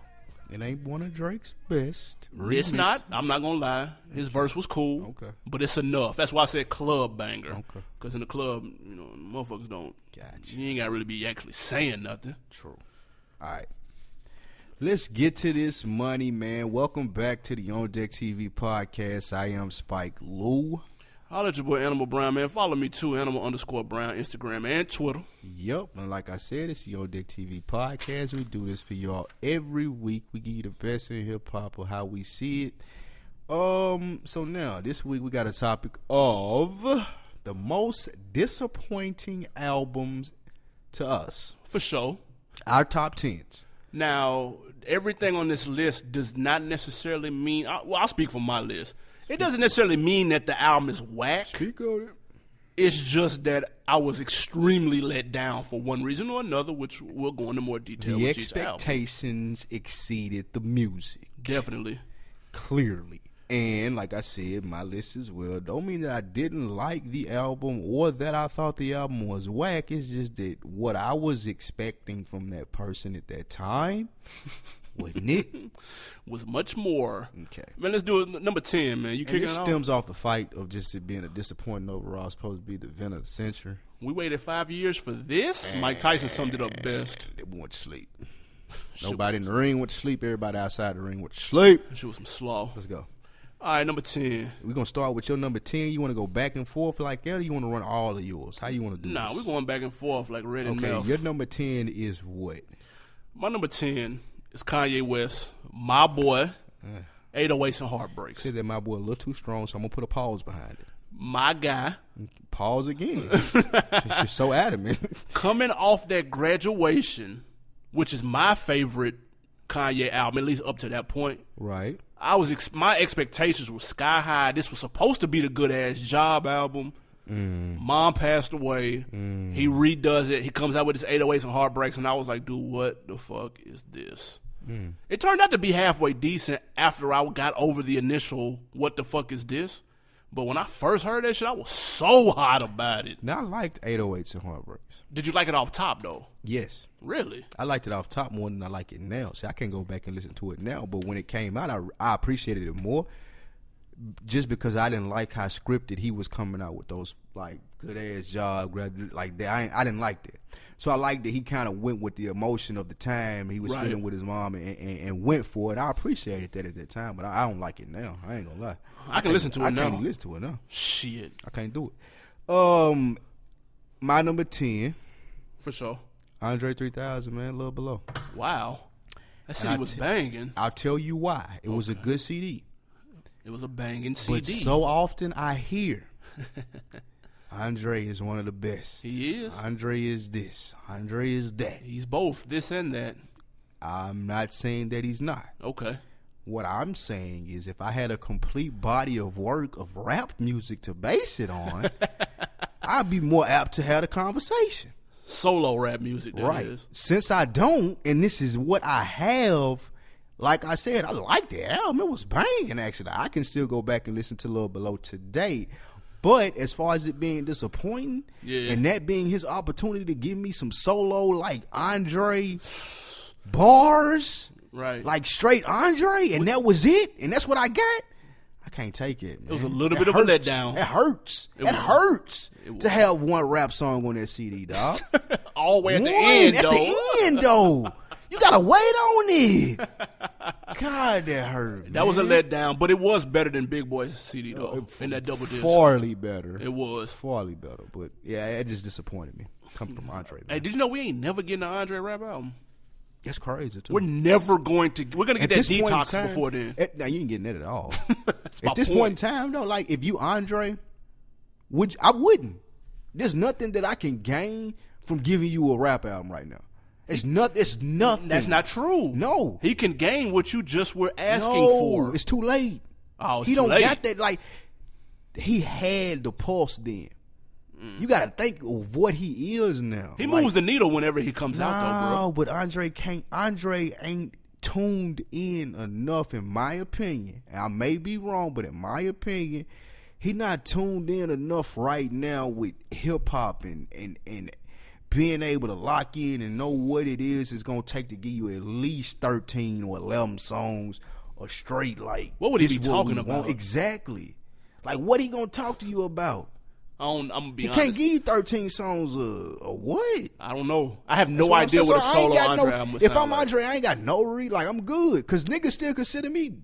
A: It ain't one of Drake's best.
B: It's
A: remixes.
B: not. I'm not gonna lie. His verse was cool.
A: Okay.
B: But it's enough. That's why I said club banger.
A: Okay.
B: Because in the club, you know, motherfuckers don't.
A: Gotcha.
B: You ain't gotta really be actually saying nothing.
A: True. All right. Let's get to this money, man. Welcome back to the On Deck TV podcast. I am Spike Lou.
B: Holla at your boy Animal Brown, man. Follow me too, Animal underscore Brown, Instagram and Twitter.
A: Yep, and like I said, it's the Yo Dick TV podcast. We do this for y'all every week. We give you the best in hip hop or how we see it. Um, so now this week we got a topic of the most disappointing albums to us.
B: For sure.
A: Our top tens.
B: Now, everything on this list does not necessarily mean. I, well, I'll speak for my list. It doesn't necessarily mean that the album is whack.
A: Speak on it.
B: It's just that I was extremely let down for one reason or another, which we'll go into more detail.
A: The
B: with each album.
A: expectations exceeded the music.
B: Definitely.
A: clearly. And like I said, my list as well. Don't mean that I didn't like the album or that I thought the album was whack. It's just that what I was expecting from that person at that time wasn't it.
B: Was much more.
A: Okay.
B: Man, let's do it. n- Number 10, man. You
A: And
B: kicking
A: it
B: it off?
A: stems off the fight of just it being a disappointing overall. It's supposed to be the event of the century.
B: We waited five years for this. Mike Tyson summed it up best.
A: They went to sleep. Nobody in the ring went to sleep. Everybody outside the ring went to sleep.
B: That shit was some slaw.
A: Let's go.
B: All right, number 10.
A: We're gonna start with your number ten. You want to go back and forth like that, or you want to run all of yours? How you want to do
B: Nah,
A: this?
B: we're going back and forth like red and
A: Okay,
B: mouth.
A: your number ten is what?
B: My number 10 is Kanye West, my boy, 808s and Heartbreaks.
A: Said that my boy a little too strong, so I'm gonna put a pause behind it.
B: My guy,
A: Pause again. She's just so adamant.
B: coming off that graduation, which is my favorite Kanye album, at least up to that point.
A: right.
B: I was ex- my expectations were sky high. This was supposed to be the good ass job album.
A: Mm.
B: Mom passed away. He redoes it. He comes out with his 808s and heartbreaks, and I was like, dude, what the fuck is this?
A: Mm.
B: It turned out to be halfway decent after I got over the initial "what the fuck is this." But when I first heard that shit, I was so hot about it.
A: Now I liked 808s and heartbreaks.
B: Did you like it off top though?
A: Yes,
B: Really?
A: I liked it off top more than I like it now. See, I can't go back and listen to it now, but when it came out, I I appreciated it more. Just because I didn't like how scripted he was coming out with those like good ass job grad- like that, I, ain't- I didn't like that. So I liked that he kind of went with the emotion of the time he was
B: Right.
A: feeling with his mom and, and, and went for it. I appreciated that at that time, but I, I don't like it now. I ain't gonna lie.
B: I can listen to
A: I
B: it now.
A: can't listen to it now.
B: Shit,
A: I can't do it. Um, my number ten,
B: for sure.
A: Andre three thousand, man, a little below.
B: Wow, that
A: I
B: CD was
A: t-
B: banging.
A: I'll tell you why. It was a good CD,
B: It was a banging CD.
A: but so often I hear Andre is one of the best.
B: He is.
A: Andre is this. Andre is that.
B: He's both this and that.
A: I'm not saying that he's not.
B: Okay.
A: What I'm saying is, if I had a complete body of work of rap music to base it on, I'd be more apt to have a conversation.
B: Solo rap music, that
A: Right.
B: is.
A: Since I don't, and this is what I have, like I said, I like the album. It was banging, actually. I can still go back and listen to Lil Below today. But as far as it being disappointing,
B: Yeah.
A: and that being his opportunity to give me some solo, like Andre bars,
B: Right.
A: like straight Andre, and that was it, and that's what I got. I can't take it. Man. It
B: was a little bit of a letdown.
A: It hurts. It,
B: was.
A: hurts to have one rap song on that CD, dog.
B: all the way at the
A: One,
B: end,
A: at
B: though.
A: the end, though. You gotta wait on it. God, that hurt.
B: That was a
A: Mm-hmm.
B: letdown, but it was better than Big Boy's CD,
A: Uh,
B: though. in that double disc.
A: Farley better.
B: It was.
A: Farley better, but yeah, it just disappointed me. Come from Andre. Man.
B: Hey, did you know we ain't never getting an Andre rap album?
A: That's crazy too.
B: We're never going to. We're going to
A: At
B: get
A: this
B: that
A: point in
B: detox
A: time-
B: before then.
A: At, now you ain't getting that at all.
B: my
A: at this point. in time, though, like if you Andre, would you- I wouldn't. There's nothing that I can gain from giving you a rap album right now. It's not. It's nothing.
B: That's not true.
A: No.
B: He can gain what you just were asking
A: no,
B: for.
A: It's too late.
B: Oh, it's
A: he
B: too
A: don't
B: late.
A: got that. Like he had the pulse then. You got to think of what he is now.
B: Mm. He
A: Like,
B: moves the needle whenever he comes out, though, bro.
A: No, but Andre can't. Andre ain't tuned in enough, in my opinion. And I may be wrong, but in my opinion, he not tuned in enough right now with hip hop and and and being able to lock in and know what it is it's gonna take to give you at least thirteen or eleven songs or straight. Like
B: What would he
A: this
B: be
A: what we
B: talking
A: want.
B: about?
A: exactly? Like what he gonna talk to you about?
B: I don't, I'm gonna be
A: He
B: honest.
A: can't give you thirteen songs of, of what?
B: I don't know. I have no
A: That's what I'm
B: idea
A: saying.
B: what a
A: So I ain't
B: solo
A: got
B: Andre
A: no-
B: album would
A: If
B: sound
A: I'm
B: like.
A: Andre, I ain't got no re like I'm good because niggas still consider me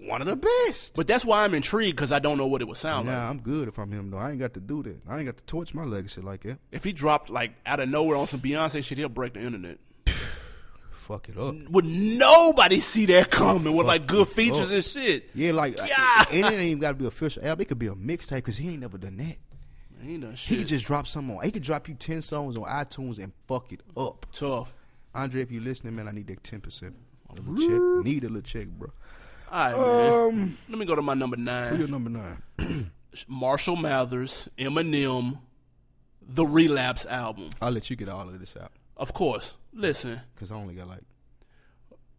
A: one of the best.
B: But that's why I'm intrigued because I don't know what it would sound like.
A: Nah, I'm good if I'm him though. I ain't got to do that. I ain't got to torch my legacy like that.
B: If he dropped like out of nowhere on some Beyonce shit, he'll break the internet.
A: Fuck it up.
B: Would nobody see that coming with like good features and shit?
A: Yeah, like
B: Yeah.
A: and it ain't even got to be official album. It could be a mixtape because he ain't never done that.
B: He ain't done
A: He
B: shit.
A: could just drop some on. He could drop you ten songs on iTunes and fuck it up.
B: tough.
A: Andre, if you listening, man, I need that ten percent. Check. Need a little check, bro.
B: All right, man.
A: Um,
B: Let me go to my number nine.
A: Who your number nine?
B: Marshall Mathers, Eminem, the Relapse album.
A: I'll let you get all of this out
B: Of course. Listen,
A: because I only got like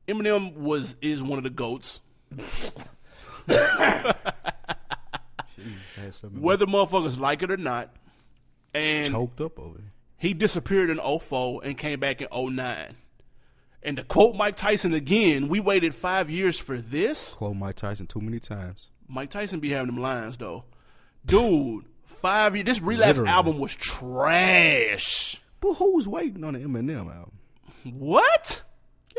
B: Eminem was is one of the goats.
A: I had something
B: Whether motherfuckers like it or not, and
A: choked up over. it.
B: He disappeared in 04 and came back in 09. And to quote Mike Tyson again, we waited five years for this.
A: Quote Mike Tyson too many times.
B: Mike Tyson be having them lines though. Dude, five years. This relapse
A: Literally.
B: album was trash.
A: But who was waiting on the Eminem album?
B: What?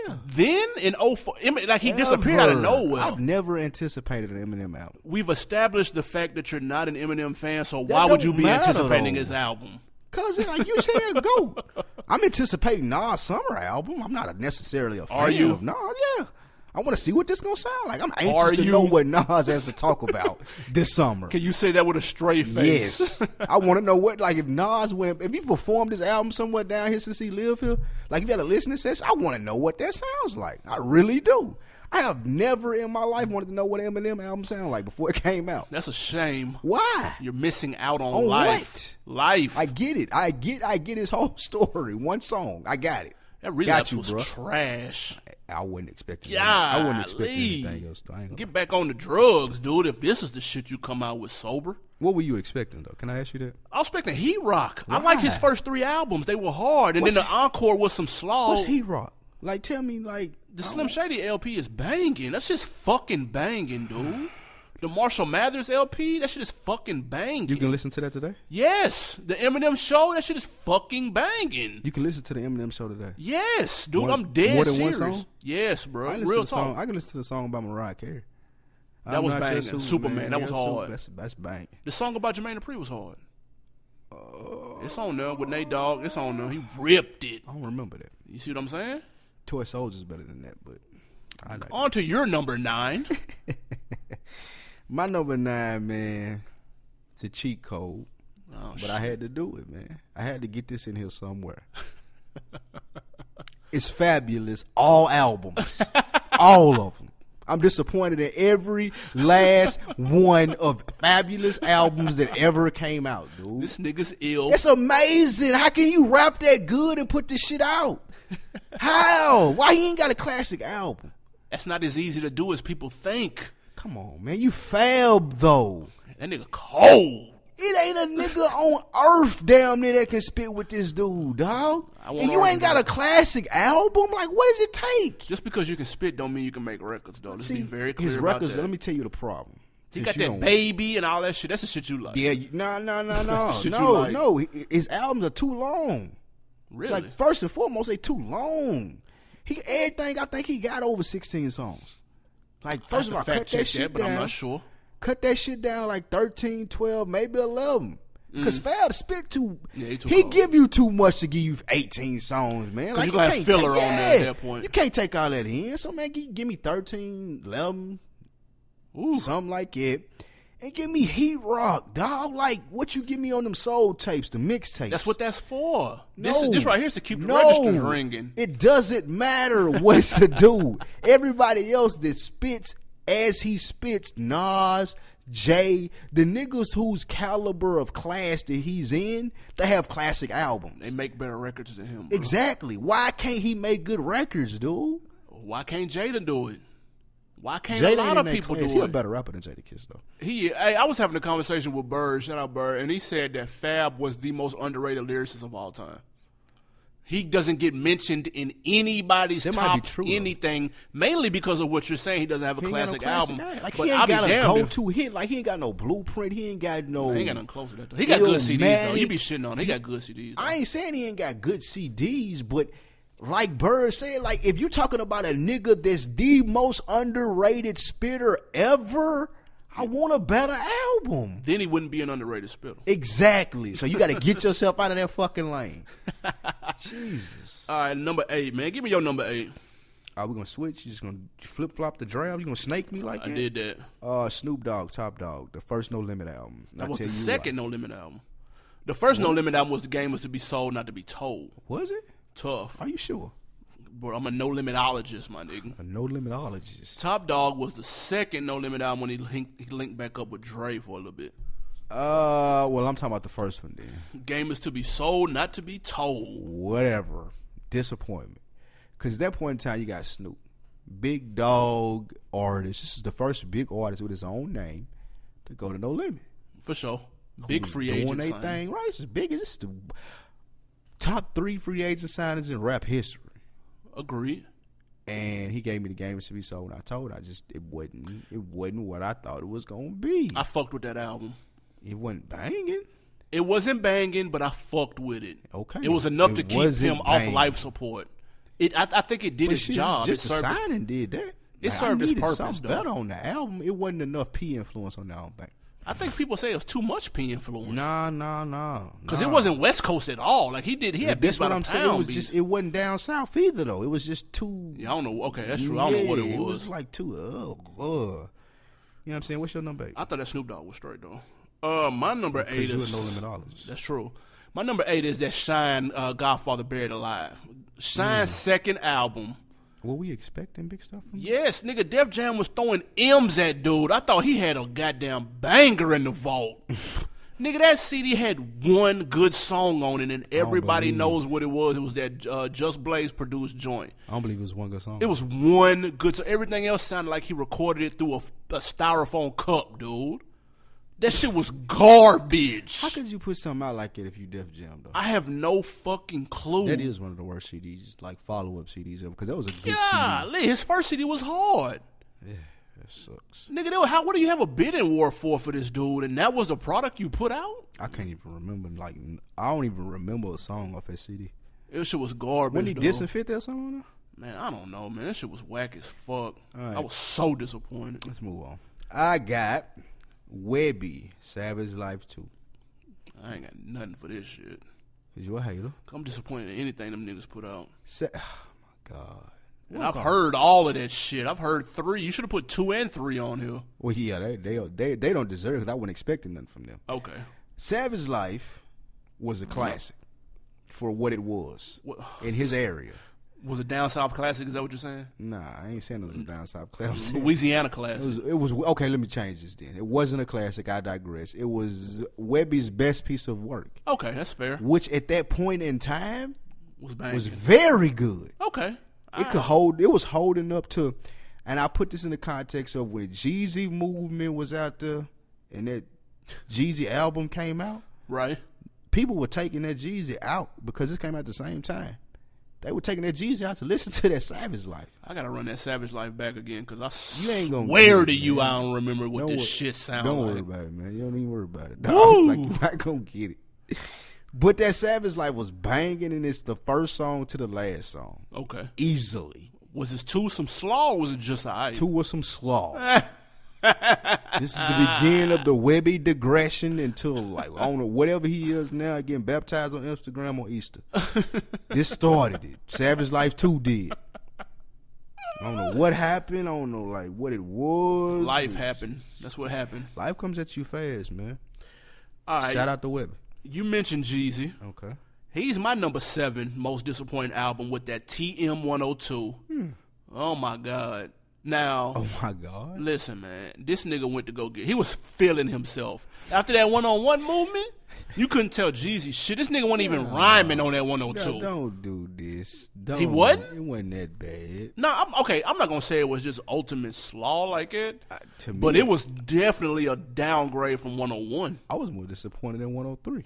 A: Yeah.
B: Then in 04, I mean, like he disappeared out of
A: Ever.
B: nowhere.
A: I've never anticipated an Eminem album.
B: We've established the fact that you're not an Eminem fan, so
A: That
B: why would
A: don't
B: you be
A: matter,
B: anticipating
A: though.
B: his album?
A: Cause it- like you said, go. I'm anticipating Nas summer album. I'm not a necessarily a fan
B: Are you?
A: of Nas. Yeah. I want to see what this gonna sound like. I'm anxious
B: Are
A: to
B: you?
A: know what Nas has to talk about this summer.
B: Can you say that with a straight face?
A: Yes, I want to know what like if Nas went if he performed this album somewhere down here since he lived here. Like if you had a listening session, I want to know what that sounds like. I really do. I have never in my life wanted to know what Eminem album sounded like before it came out.
B: That's a shame.
A: Why?
B: You're missing out on,
A: On
B: life. Life.
A: I get it. I get. I get his whole story. One song. I got it.
B: that relapse
A: got you,
B: was
A: bruh.
B: trash.
A: I wouldn't expect. it. I wouldn't expect
B: Golly.
A: anything else. though. I ain't gonna-
B: Get back on the drugs, dude. If this is the shit you come out with sober,
A: what were you expecting though? Can I ask you that?
B: I was expecting Heat Rock. I like his
A: Why?
B: first three albums; they were hard, and
A: What's
B: then the
A: he-
B: encore was some slog.
A: What's he rock? Like, tell me, like,
B: The Slim Shady LP is banging. That's just fucking banging, dude. The Marshall Mathers LP, that shit is fucking banging.
A: you can listen to that today.
B: yes, the Eminem Show, that shit is fucking banging.
A: You can listen to the Eminem show today.
B: yes, dude,
A: More-
B: I'm dead
A: more than one
B: serious.
A: song?
B: Yes, bro,
A: I can listen
B: real
A: to the song.
B: talk.
A: I can listen to the song by Mariah Carey.
B: That was
A: not
B: banging.
A: your
B: Superman, that was
A: Yeah, Super-
B: hard.
A: That's that's bang.
B: The song about Jermaine Dupri was hard. it's on there with Nate Dogg. It's on there. He ripped it.
A: I don't remember that.
B: You see what I'm saying?
A: Toy Soldier's better than that, but I like
B: On to your number nine.
A: my number nine, man. It's a cheat code,
B: Oh,
A: but I had to do it, man. I had to get this in here somewhere. it's fabulous. All albums, all of them. I'm disappointed in every last one of fabulous albums that ever came out, dude.
B: this nigga's ill.
A: It's amazing. How can you rap that good and put this shit out? How? Why he ain't got a classic album?
B: That's not as easy to do as people think.
A: Come on, man. You fab though.
B: That nigga cold.
A: It ain't a nigga on earth damn near that can spit with this dude, dog.
B: I want
A: And you
B: all
A: ain't got a
B: that.
A: classic album? Like what does it take?
B: Just because you can spit don't mean you can make records, though. Let's be very clear
A: his
B: about
A: records,
B: that.
A: let me tell you the problem.
B: he
A: Since
B: got
A: you
B: that
A: don't-
B: baby and all that shit. That's the shit you like.
A: Yeah, you- no, no,
B: the
A: no, no.
B: shit you
A: No,
B: like.
A: no. He- His albums are too long.
B: really.
A: Like first and foremost, they too long. He everything I think he got over sixteen songs. Like
B: I have
A: first
B: to
A: of all,
B: fact
A: cut
B: check
A: that shit
B: but
A: down.
B: I'm not sure.
A: Cut that shit down like 13, 12, maybe eleven. Cause Fab spit
B: Mm.
A: too.
B: Yeah, he too
A: he
B: cold.
A: give you too much to give you eighteen songs, man.
B: you
A: Like you,
B: gonna have
A: can't
B: filler
A: take,
B: on
A: yeah,
B: there at that point.
A: You can't take all that in. So man, give, give me 13, 11,
B: Ooh.
A: something like it. And give me Heat Rock, dog. Like what you give me on them soul tapes, the mixtapes.
B: That's what that's for.
A: No.
B: This, this right here is to keep the
A: No.
B: registers ringing.
A: It doesn't matter what it's to do. Everybody else that spits as he spits, Nas, Jay, the niggas whose caliber of class that he's in, they have classic albums.
B: They make better records than him. bro.
A: Exactly. Why can't he make good records, dude?
B: Why can't Jada do it? Why can't
A: Jay
B: a lot of people do it?
A: He's a better rapper than Jada Kiss though.
B: He, hey, I was having a conversation with Bird. Shout out Bird, and he said that Fab was the most underrated lyricist of all time. He doesn't get mentioned in anybody's
A: That might
B: top
A: be true, though.
B: anything, mainly because of what you're saying. He doesn't have a
A: He ain't got no
B: classic,
A: classic
B: album.
A: Like
B: but
A: he
B: I'll
A: ain't
B: be
A: got a
B: damned if-
A: go-to hit. Like he ain't got no blueprint. He ain't got no.
B: He ain't got nothing close to that. Though. He got good CDs though. You
A: Illmatic.
B: be shitting on. Him. He got good CDs. though.
A: I ain't saying he ain't got good CDs, but like Bird said, like if you're talking about a nigga that's the most underrated spitter ever, I want a better album.
B: then he wouldn't be an underrated spittle.
A: Exactly. So you got to get yourself out of that fucking lane. Jesus.
B: All right, number eight, man. Give me your number eight.
A: Are we gonna switch? You just gonna flip flop the draft? You gonna snake me like
B: I
A: that?
B: did that.
A: Uh, Snoop Dogg, Top Dog, the first No Limit album. I
B: That was
A: tell
B: the
A: you
B: second No Limit album. The first No Limit album was the game was to be sold, not to be told.
A: What. Was it?
B: Tough.
A: Are you sure?
B: Bro, I'm a no limitologist, my nigga.
A: A No Limitologist.
B: Top Dog was the second No Limit album when he linked, he linked back up with Dre for a little bit.
A: Uh, well, I'm talking about the first one then.
B: Game is to be sold, not to be told.
A: whatever disappointment because at that point in time you got snoop big dog artist this is the first big artist with his own name to go to no limit
B: For sure. Big
A: Who's
B: free
A: doing
B: agent.
A: they
B: signing.
A: thing right this is big this is the top three free agent signings in rap history
B: Agreed.
A: and he gave me the game to be sold and i told him, i just it wasn't it wasn't what i thought it was gonna be
B: I fucked with that album.
A: it wasn't banging
B: It wasn't banging, but I fucked with it.
A: Okay.
B: It was enough to
A: It
B: keep
A: wasn't
B: him off
A: banging.
B: life support. It, I, I think it did
A: But
B: its
A: shit,
B: job.
A: just
B: it
A: the
B: served its-
A: signing did that
B: it
A: I
B: served its
A: needed
B: purpose,
A: something
B: though.
A: better on the album it wasn't enough p influence on the album thing
B: I think people say it was too much P influence.
A: Nah, nah, nah.
B: Because it
A: nah.
B: wasn't West Coast at all. Like he did, he had beats
A: That's
B: by
A: what
B: the
A: I'm saying. It
B: town.
A: was
B: beats.
A: just it wasn't down south either though. It was just too.
B: yeah, I don't know. Okay, that's true. I don't know what
A: Yeah,
B: it was.
A: like too. Uh, uh. You know what I'm saying? What's your number? Eight?
B: I thought that Snoop Dogg was straight though. Uh, my number eight
A: Because you
B: is
A: a no limitologist.
B: That's true. My number eight is that Shine uh, Godfather Buried Alive.
A: Mm.
B: Shine's second album.
A: Were we expecting big stuff from?
B: Yes, nigga, Def Jam was throwing M's at dude. I thought he had a goddamn banger in the vault. nigga, that CD had one good song on it, and everybody
A: believe it.
B: knows what it was. It was that uh, Just Blaze produced joint.
A: I don't believe it was one good song.
B: It was one good. So everything else sounded like he recorded it through a, a styrofoam cup, dude. That shit was garbage.
A: How could you put something out like it if you Def Jam though?
B: I have no fucking clue.
A: that is one of the worst CDs, like follow up CDs ever, because that was a good CD.
B: Golly, his first CD was hard.
A: That sucks.
B: Nigga, they were- how what do you have a bidding war for for this dude? And that was the product you put out?
A: I can't even remember. Like n- I don't even remember a song off that CD.
B: This shit was garbage.
A: When he
B: dude.
A: dissing Fifth or something? on there?
B: man, I don't know, man. That shit was whack as fuck.
A: right.
B: I was so disappointed.
A: Let's move on. I got Webby Savage Life 2.
B: I ain't got nothing for this shit.
A: Is you a hater?
B: I'm disappointed in anything them niggas put out.
A: Sa- oh my God.
B: And I've heard all of that shit. I've heard three. You should have put two and three on here.
A: Well, yeah, they they they, they don't deserve it. 'cause I wasn't expecting nothing from them.
B: Okay.
A: Savage Life was a classic for what it was
B: What-
A: in his area.
B: Was it Down South Classic? Is that what you're saying?
A: Nah, I ain't saying it was a down south classic.
B: Louisiana
A: It
B: Classic.
A: was, it was okay. Let me change this then. It wasn't a classic. I digress. It was Webby's best piece of work,
B: Okay, that's fair.
A: which at that point in time
B: Was banging.
A: was very good.
B: okay.
A: It
B: Ah.
A: could hold. It was holding up to, and I put this in the context of when Jeezy movement was out there, and that Jeezy album came out.
B: Right.
A: People were taking that Jeezy out because it came out at the same time. They were taking that Jeezy out to listen to that Savage Life.
B: I gotta run that Savage Life back again because I
A: You ain't gonna
B: swear
A: get
B: to
A: it,
B: you
A: man.
B: I don't remember what
A: Don't
B: this
A: wor-
B: shit sounds
A: Don't
B: like.
A: worry about it, man. You don't even worry about it. dog. Like you're not gonna get it. But that Savage Life was banging, and it's the first song to the last song,
B: Okay.
A: easily.
B: Was this two some slaw or was it just I?
A: two with some slaw. this is the beginning of the Webby digression until like I don't know whatever he is now, getting baptized on Instagram on Easter. this started it. Savage Life Two did. I don't know what happened. I don't know like what it was.
B: Life happened. That's what happened.
A: Life comes at you fast, man.
B: All right.
A: Shout out to Webby.
B: You mentioned Jeezy.
A: Okay.
B: He's my number seven most disappointing album with that TM102. Oh my God. Now,
A: Hmm. Oh my God.
B: listen, man, this nigga went to go get. He was feeling himself after that one on one movement. You couldn't tell Jeezy shit. This nigga wasn't even rhyming on that one on
A: No,
B: two.
A: don't do this. Don't.
B: wasn't?
A: It wasn't that bad.
B: No, I'm okay. I'm not gonna say it was just ultimate slaw like it,
A: to
B: but
A: me-
B: it was definitely a downgrade from one on one.
A: I was more disappointed oh in 103.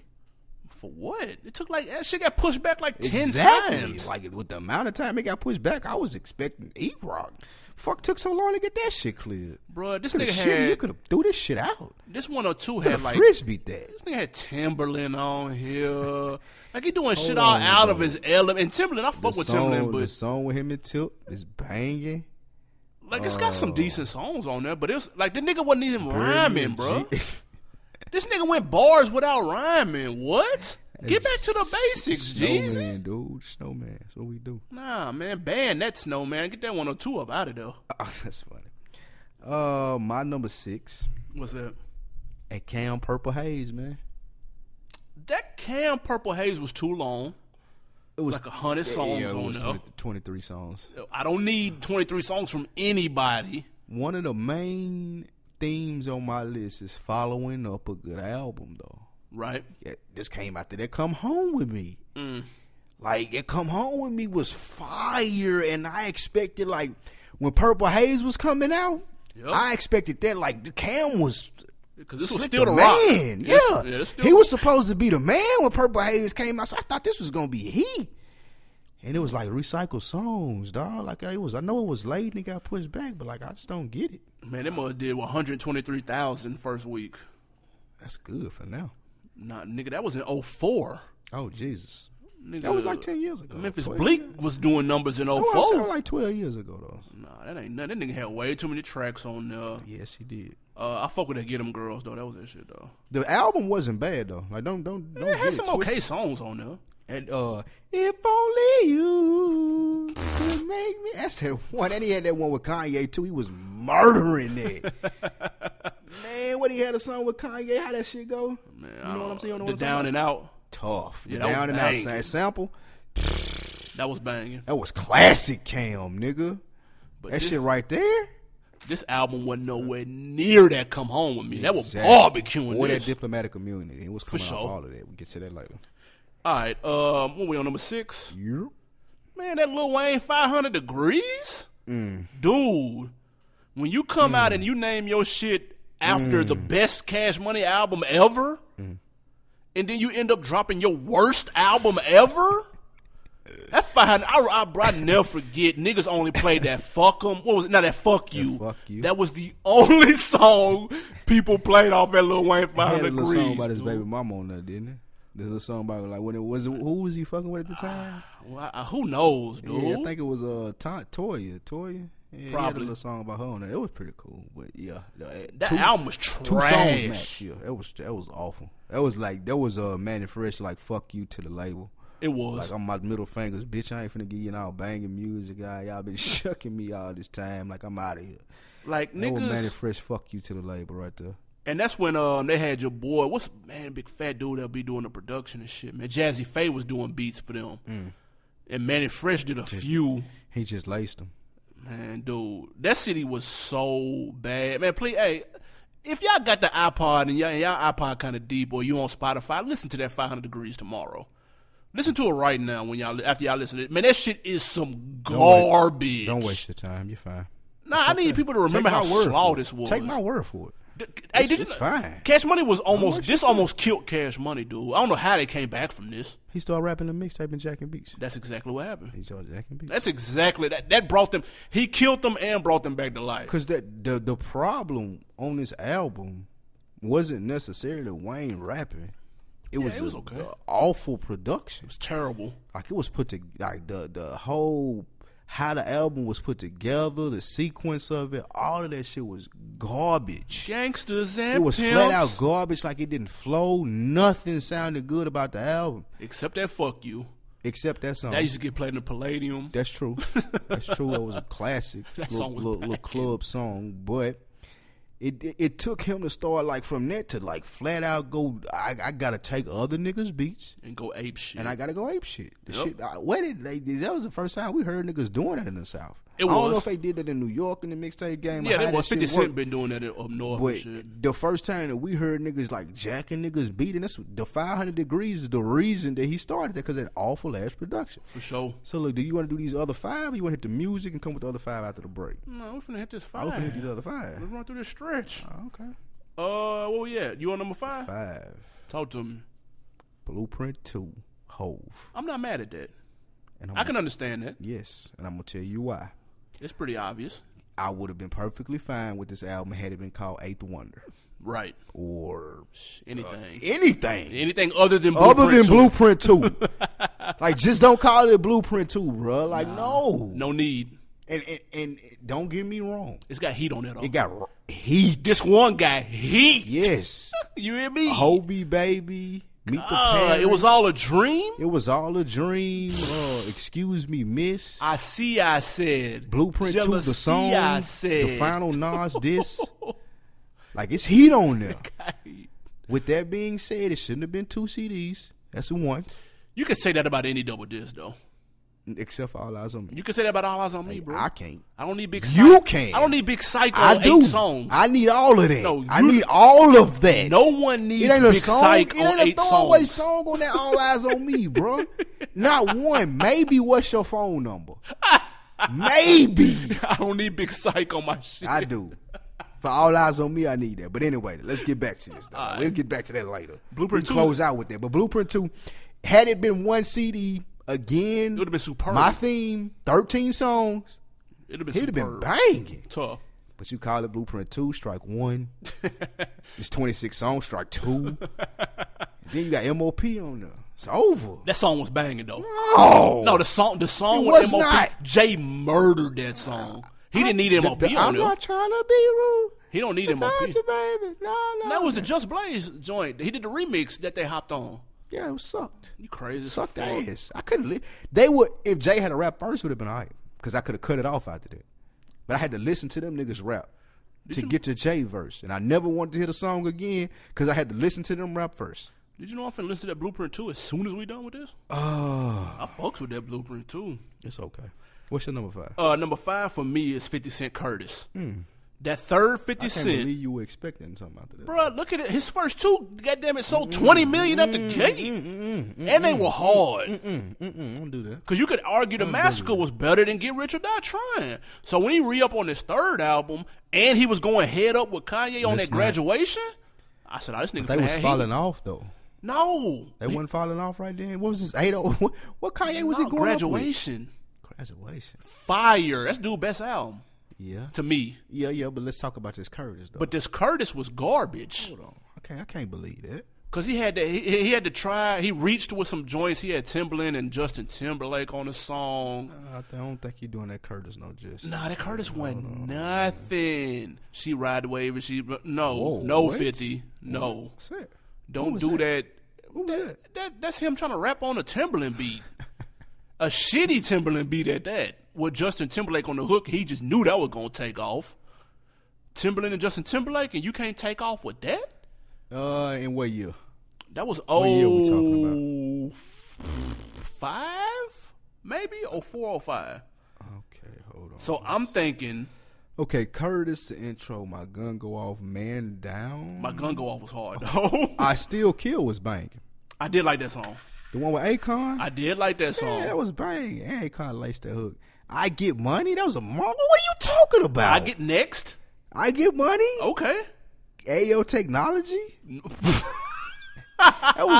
B: For what? It took like that shit got pushed back like ten
A: exactly.
B: times.
A: Like with the amount of time it got pushed back, I was expecting E Rock. Fuck, took so long to get that shit cleared.
B: Bruh, this
A: Coulda
B: nigga
A: shit,
B: had
A: you could have threw this shit out.
B: this one or two
A: Could
B: had
A: have
B: like
A: frisbee that.
B: this nigga had Timberland on here. Like he doing shit all
A: on,
B: out of
A: bro.
B: his element. And Timberland, I fuck
A: the
B: with
A: song,
B: Timberland,
A: the
B: but
A: song with him and Tilt is banging.
B: like it's got
A: uh,
B: some decent songs on there. But it's like the nigga wasn't even rhyming, bro. this nigga went bars without rhyming. What? Get back to the basics, Jeezy.
A: Snowman, dude. Snowman. That's what we do.
B: Nah, man, ban that snow, man. Get that one or two up out of there.
A: Oh, that's funny. Uh, my number six
B: What's that?
A: and Cam Purple Haze, man.
B: That Cam Purple Haze was too long.
A: It was
B: Like a hundred songs
A: yeah, it
B: on
A: was
B: there.
A: 20 23 songs.
B: I don't need 23 songs from anybody.
A: One of the main themes on my list is following up a good album, though.
B: Right.
A: Yeah, this came after that. Come home with me.
B: Mm.
A: Like that. Come home with me was fire, and I expected like when Purple Haze was coming out,
B: Yep.
A: I expected that like the Cam was.
B: Because this was
A: slick
B: still the,
A: the
B: rock.
A: man.
B: This-
A: Yeah,
B: this still
A: he was supposed to be the man when Purple Haze came out. So I thought this was gonna be he. And it was like recycled songs, dog. Like it was, I know it was late and it got pushed back, but like I just don't get it.
B: Man, they must did 123,000 first week.
A: That's good for now.
B: Nah, nigga, that was in 04.
A: Oh Jesus,
B: Nigga,
A: that was like ten years ago.
B: Memphis
A: 12
B: Bleak was doing numbers in 04.
A: Oh, I said it was like twelve years ago though.
B: nah, that ain't nothing. That nigga had way too many tracks on there.
A: Yes, he did.
B: Uh, I fuck with that Get 'Em Girls, though. That was that shit, though.
A: The album wasn't bad though. Like don't don't don't.
B: It
A: get
B: had some
A: twisted.
B: okay songs on there.
A: And uh, if only you could make me. That's that one. And he had that one with Kanye too. He was murdering it. Man, what he had a song with Kanye? How that shit go?
B: Man, I
A: you know what
B: don't-
A: I'm saying? You know
B: The
A: what I'm
B: Down
A: talking
B: and Out,
A: about? tough. The
B: Yeah, that
A: down
B: was
A: and out
B: banging.
A: sa- sample.
B: that was banging.
A: That was classic Cam, nigga.
B: But
A: That
B: this,
A: shit right there.
B: this album wasn't nowhere near that Come Home With Me. That was
A: Exactly.
B: barbecuing
A: Or
B: this.
A: that diplomatic immunity. It was coming off
B: sure.
A: all of that. We get to that later.
B: All right, um, what we on number six?
A: Yep.
B: Man, that Lil Wayne 500 degrees?
A: Mm.
B: Dude, when you come out and you name your shit after the
A: Mm.
B: best Cash Money album ever, and then you end up dropping your worst album ever? That 500, I, I, bro, I never forget, niggas only played that fuck 'em. What was it? Not that fuck you.
A: Fuck You.
B: That was the only song people played off that Lil Wayne
A: I had a
B: 500
A: little
B: degrees.
A: song about his
B: dude.
A: baby mama on there, didn't it? There's a song about like when it was who was he fucking with at the time?
B: Well, I- Ah, who knows, dude?
A: Yeah, I think it was uh Ta- Toya, Toya. Yeah, he had a
B: Probably.
A: little song about her on there. It was pretty cool, but yeah, no, it-
B: that
A: two,
B: album was trash.
A: two songs match. Yeah, that was that was awful. That was like that was uh Manny Fresh like fuck you to the label.
B: It was.
A: Like I'm my middle fingers, bitch. I ain't finna give you all banging music, guy. Y'all been shucking me all this time. Like I'm out of here.
B: Like
A: That was Manny
B: niggas,
A: Fresh. Fuck you to the label right there.
B: and that's when um they had your boy, what's man, big fat dude that'll be doing the production and shit, man. Jazzy Faye was doing beats for them,
A: Mm.
B: and Manny Fresh did a few.
A: He just laced him.
B: Man, dude, that city was so bad, man. Please, hey, if y'all got the iPod and y'all, and y'all iPod kind of deep, or you on Spotify, listen to that 500 Degrees tomorrow. Listen to it right now when y'all after y'all listen to it. Man, that shit is some garbage.
A: Don't waste your time. You're fine.
B: Nah, I need people to remember
A: Take
B: how
A: my word
B: slow
A: for it.
B: this was.
A: Take my word for it.
B: D- Hey, did
A: it's
B: you,
A: fine.
B: Cash Money was almost this almost killed Cash Money, dude. I don't know how they came back from this.
A: He started rapping the mixtape in Jack and Beats.
B: That's exactly what happened.
A: He started Jack and Beats.
B: That's exactly that. That brought them. He killed them and brought them back to life.
A: Because that the the problem on this album wasn't necessarily Wayne rapping. It was,
B: it was
A: the-
B: okay.
A: the awful production.
B: It's terrible.
A: Like it was put to like the the whole how the album was put together, the sequence of it, all of that shit was garbage.
B: Gangsters and
A: It was
B: pimps,
A: flat out garbage. Like it didn't flow. Nothing sounded good about the album
B: Except that fuck you.
A: Uh-huh. except that song.
B: That used to get played in the Palladium.
A: That's true. That's true. It was a classic
B: That
A: little,
B: song was
A: little, little
B: banging.
A: club song, but it, it it took him to start like from that to like flat out go. I, I gotta take other niggas beats
B: and go ape shit.
A: and I gotta go ape shit. The
B: Yep.
A: shit. I, where did they? That was the first time we heard niggas doing that in the South.
B: It
A: I don't know
B: was.
A: if they did that in New York in the mixtape game. or
B: Yeah,
A: how
B: they
A: that
B: was
A: shit
B: Fifty Cent
A: worked.
B: been doing that up north and
A: But
B: Oh, shit.
A: the first time that we heard niggas like jacking niggas beating, that's the 500 degrees is the reason that he started that because that awful ass production.
B: For sure.
A: So look, do you want to do these other five? Or you want to hit the music and come with the other five after the break?
B: No, we're finna hit this
A: I
B: five.
A: was gonna hit
B: Let's
A: the other five.
B: run through this stretch.
A: Okay,
B: Uh, where we at? You on number five?
A: five.
B: Talk to me.
A: Blueprint two, Hove,
B: I'm not mad at that.
A: and I'm
B: I can understand that.
A: yes, and I'm gonna tell you why.
B: It's pretty obvious.
A: I would have been perfectly fine with this album had it been called Eighth Wonder
B: Right.
A: or
B: Anything.
A: anything.
B: Anything other than Blueprint
A: other than
B: two.
A: Blueprint Two. like, just don't call it Blueprint Two, bruh. Like, no,
B: No need.
A: And, and and don't get me wrong,
B: It's got heat on it. All.
A: it got r- heat.
B: this one guy heat.
A: yes,
B: You hear me?
A: Hobie baby, meet the
B: Uh,
A: parents.
B: it was all a dream.
A: it was all a dream. Uh, excuse me, miss.
B: I see. I said
A: Blueprint Two, the
B: Jealousy,
A: song,
B: I said.
A: the final Nas diss. like it's heat on there. With that being said, it shouldn't have been two CDs. That's the one,
B: You can say that about any double disc, though.
A: except for All Eyes on Me.
B: You can say that about all eyes on me, bro.
A: I can't.
B: I don't need big.
A: You
B: Psy-
A: can.
B: I don't need big psycho.
A: I do.
B: Eight songs.
A: I need all of that.
B: No,
A: I
B: you-
A: need all of that.
B: no one needs
A: It ain't a
B: big
A: song.
B: psycho.
A: it ain't a
B: eight
A: throwaway
B: songs.
A: song on that All Eyes on Me, bro. Not one. Maybe what's your phone number? Maybe
B: I don't need big psycho on my shit.
A: I do. For All Eyes on Me, I need that. But anyway, let's get back to this. Though. We'll get back to that later.
B: Blueprint
A: we can
B: two-
A: close out with that. But Blueprint Two, had it been one CD again,
B: It would've been superb.
A: My theme, thirteen songs,
B: It'd have
A: he'd
B: been,
A: have been
B: superb.
A: banging.
B: tough.
A: But you call it Blueprint Two, Strike One. it's twenty six songs, Strike Two. then you got MOP on there. It's over.
B: That song was banging though.
A: Oh,
B: No, the song, the song
A: It
B: with
A: was
B: MOP.
A: not.
B: Jay murdered that song. He didn't need MOP
A: The- the-
B: on
A: I'm
B: there.
A: not trying to be rude.
B: He don't need
A: But
B: MOP.
A: not you, baby. No, no.
B: That was the Just Blaze joint. He did the remix that they hopped on.
A: yeah, it sucked.
B: You crazy? as
A: Sucked
B: fuck.
A: ass. I couldn't. Li- they would if Jay had a rap first, would have been alright because I could have cut it off after that. But I had to listen to them niggas rap to get to Jay verse, and I never wanted to hear the song again because I had to listen to them rap first.
B: Did you know I'm finna listen to that Blueprint too? As soon as we done with this,
A: Oh,
B: I fucks with that Blueprint too.
A: it's okay. What's your number five?
B: Uh, number five for me is Fifty Cent Curtis. That third Fifty
A: Hmm. can't
B: Cent,
A: believe you were expecting something after that.
B: Bruh, Look at it. His first two, goddamn it,
A: Mm,
B: sold twenty million at the gate, and they were hard.
A: Mm-mm, mm, don't do that.
B: Because you could argue
A: Mm-hmm.
B: the massacre was better than Get Rich or Die Trying. So when he re up on his third album and he was going head up with Kanye on
A: That's
B: that
A: not-
B: graduation, I said, oh, this nigga's
A: They
B: finna
A: was
B: have
A: falling
B: heat."
A: off though.
B: No.
A: They wasn't falling off right then. What was this eight oh? What, what Kanye was he
B: No,
A: going up
B: graduation.
A: with? Graduation.
B: Fire. That's dude best album
A: Yeah.
B: to me.
A: Yeah, yeah. But let's talk about this Curtis though.
B: But this Curtis was garbage.
A: hold on, okay, I can't believe that.
B: Cause he had to, he, he had to try. He reached with some joints. He had Timbaland and Justin Timberlake on the song.
A: I don't think you're doing that Curtis no justice.
B: Nah, that Curtis
A: Uh,
B: went nothing. She ride the wave and she no, no
A: what?
B: fifty, no.
A: What's that?
B: Don't
A: was
B: do that.
A: What was that?
B: That that's him trying to rap on a Timberland beat, a shitty Timberland beat at that. With Justin Timberlake on the hook, he just knew that was gonna take off. Timberland and Justin Timberlake, and you can't take off with that.
A: Uh, in what year?
B: That was
A: year we
B: oh
A: talking
B: five, maybe or four or five.
A: Okay, hold on.
B: So I'm thinking
A: Okay, Curtis the intro. My gun go off, man down.
B: my gun go off was hard. though.
A: I still kill was banging.
B: I did like that song.
A: The one with Akon.
B: I did like that song.
A: Yeah, that was banging. Akon laced that hook. I get money. That was a marvel. What are you talking about?
B: I get Oh. next.
A: I get money.
B: Okay.
A: Ayo technology. That was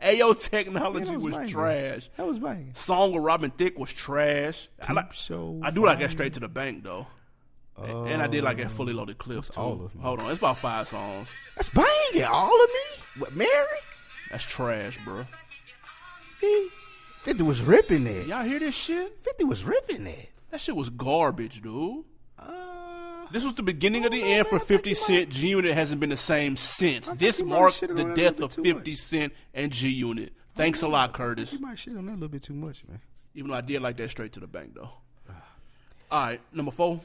B: Ayo technology
A: banging. That
B: was
A: banging.
B: trash.
A: That was banging.
B: Song with Robin Thicke was trash. I, like,
A: Peep show
B: I do like that straight to the bank though. A- and I did like that fully loaded clip too.
A: all of 'em?
B: Hold on, it's about five songs.
A: That's banging. All of me. What Mary?
B: That's trash, bro.
A: He- Fifty was ripping it.
B: Y'all hear this shit?
A: Fifty was ripping it.
B: That shit was garbage, dude.
A: Uh,
B: This was the beginning of the end for 50 Cent. G Unit hasn't been the same since.
A: think
B: This
A: you might have
B: marked
A: shitted
B: the
A: on that
B: death
A: little
B: of
A: bit too
B: 50
A: much.
B: Cent and G Unit. Thanks a lot, Curtis.
A: you might shit on that a little bit too much, man.
B: Even though I did like that straight to the bank though. All right, number four.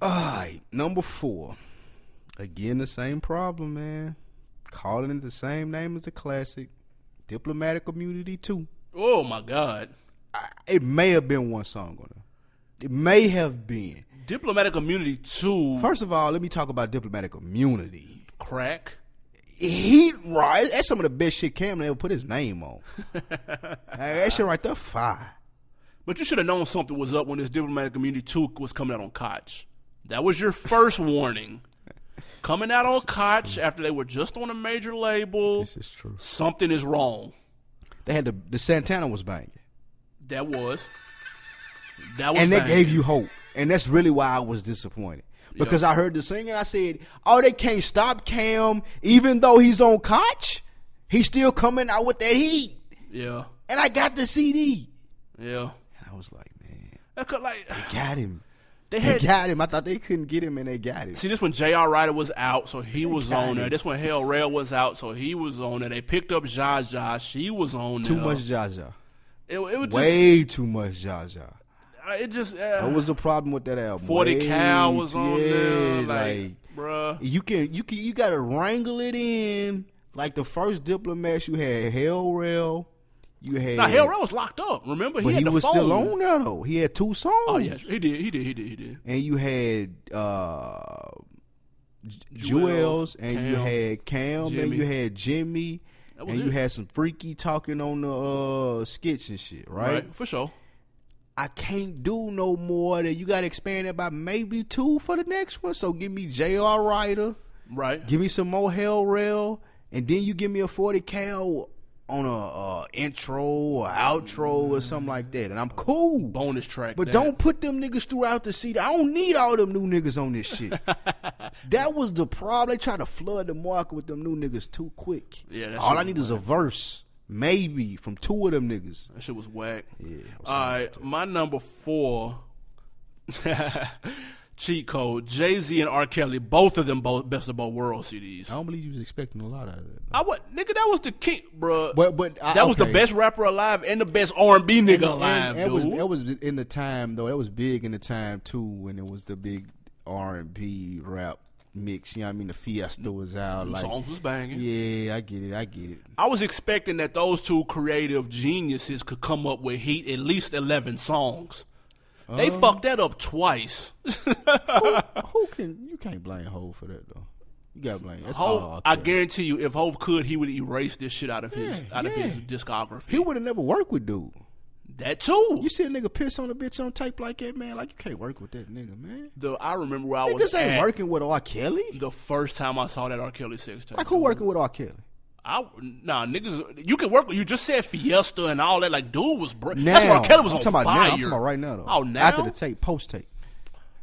A: All right, number four. Again, the same problem, man. Calling it the same name as a classic. Diplomatic Immunity too.
B: Oh my God,
A: I, it may have been one song on there. It may have been.
B: Diplomatic immunity to
A: First of all, let me talk about diplomatic immunity.
B: crack.
A: He right. That's some of the best shit Cam ever put his name on. Like, that shit right there, fire.
B: But you should have known something was up when this diplomatic immunity two was coming out on Koch. That was your first warning. Coming out on Koch after they were just on a major label,
A: This is true.
B: something is wrong.
A: They had the the Santana was banging,
B: That was. That was.
A: and that
B: banging.
A: gave you hope. And that's really why I was disappointed because I heard the singer. I said, "Oh, they can't stop Cam, even though he's on Koch. He's still coming out with that heat."
B: Yeah.
A: And I got the CD.
B: Yeah.
A: And I was like, "Man,
B: That could, like
A: got him."
B: they
A: They
B: had.
A: got him. I thought they couldn't get him, and they got him.
B: See, this one J.R. Ryder was out, so he was
A: got
B: on there.
A: it.
B: This one Hell Rail was out, so he was on there. They picked up Zsa Zsa. She was on
A: Too
B: there.
A: much Jaja.
B: It, it was just.
A: Way too much Jaja.
B: It just.
A: That
B: Uh,
A: was the problem with that album.
B: Forty
A: Way
B: Cal was
A: too-
B: on there.
A: yeah,
B: Like, bruh.
A: you can you can you gotta wrangle it in. Like the first diplomats, you had Hell Rail, you had
B: Now Hell Rail was locked up. Remember, he
A: but
B: had
A: he
B: the
A: was
B: phone.
A: still on there though. He had two songs.
B: Oh yes, he did. He did. He did. He did.
A: and you had uh J-
B: Jewels,
A: Jewels, and you
B: Cam,
A: had Cam, and
B: Jimmy.
A: you had Jimmy,
B: was
A: and you
B: it.
A: had some freaky talking on the uh, skits and shit,
B: Right.
A: right?
B: for sure.
A: I can't do no more. That you got to expand it by maybe two for the next one. So give me J.R. Ryder,
B: Right.
A: give me some more Hell Rail, and then you give me a forty cal on a uh, intro or outro or something like that, and I'm cool.
B: Bonus track.
A: But
B: that.
A: don't put them niggas throughout the seat. I don't need all them new niggas on this shit. that was the problem. They tried to flood the market with them new niggas too quick.
B: Yeah, that
A: all
B: shit
A: I
B: was
A: need is a verse, maybe from two of them niggas.
B: That shit was whack.
A: Yeah,
B: All right, my number four. cheat code. Jay Z and R. Kelly, both of them, both best of both world CDs.
A: don't believe you was expecting a lot out of that.
B: I what nigga? That was the king, bruh.
A: But but I,
B: that was the
A: okay.
B: best rapper alive and the best R and B nigga
A: And-
B: alive,
A: and That was
B: dude.
A: that was in the time though. That was big in the time too when it was the big R and B rap mix. You know what I mean? The Fiesta was out. Like
B: Songs was banging.
A: yeah, I get it. I get it.
B: I was expecting that those two creative geniuses could come up with heat at least eleven songs. They
A: Oh.
B: fucked that up twice.
A: Who can you can't blame Hov for that though. You gotta blame. That's
B: Hov,
A: all
B: I
A: Kelly.
B: guarantee you, if Hove could, he would erase this shit out of his
A: Yeah,
B: out of
A: yeah.
B: his discography.
A: He would have never worked with dude.
B: that too.
A: You see a nigga piss on a bitch on tape like that, man. Like you can't work with that nigga, man.
B: The I remember where I was
A: Niggas ain't
B: at
A: working with R. Kelly.
B: the first time I saw that R. Kelly sextape.
A: Like who working with R. Kelly?
B: I nah niggas. You can work. with You just said Fiesta and all that. Like dude was. Br-
A: Now
B: that's why R. Kelly was
A: I'm
B: on
A: talking about
B: fire.
A: Now. I'm talking about right now though.
B: Oh, now
A: after the tape, post tape.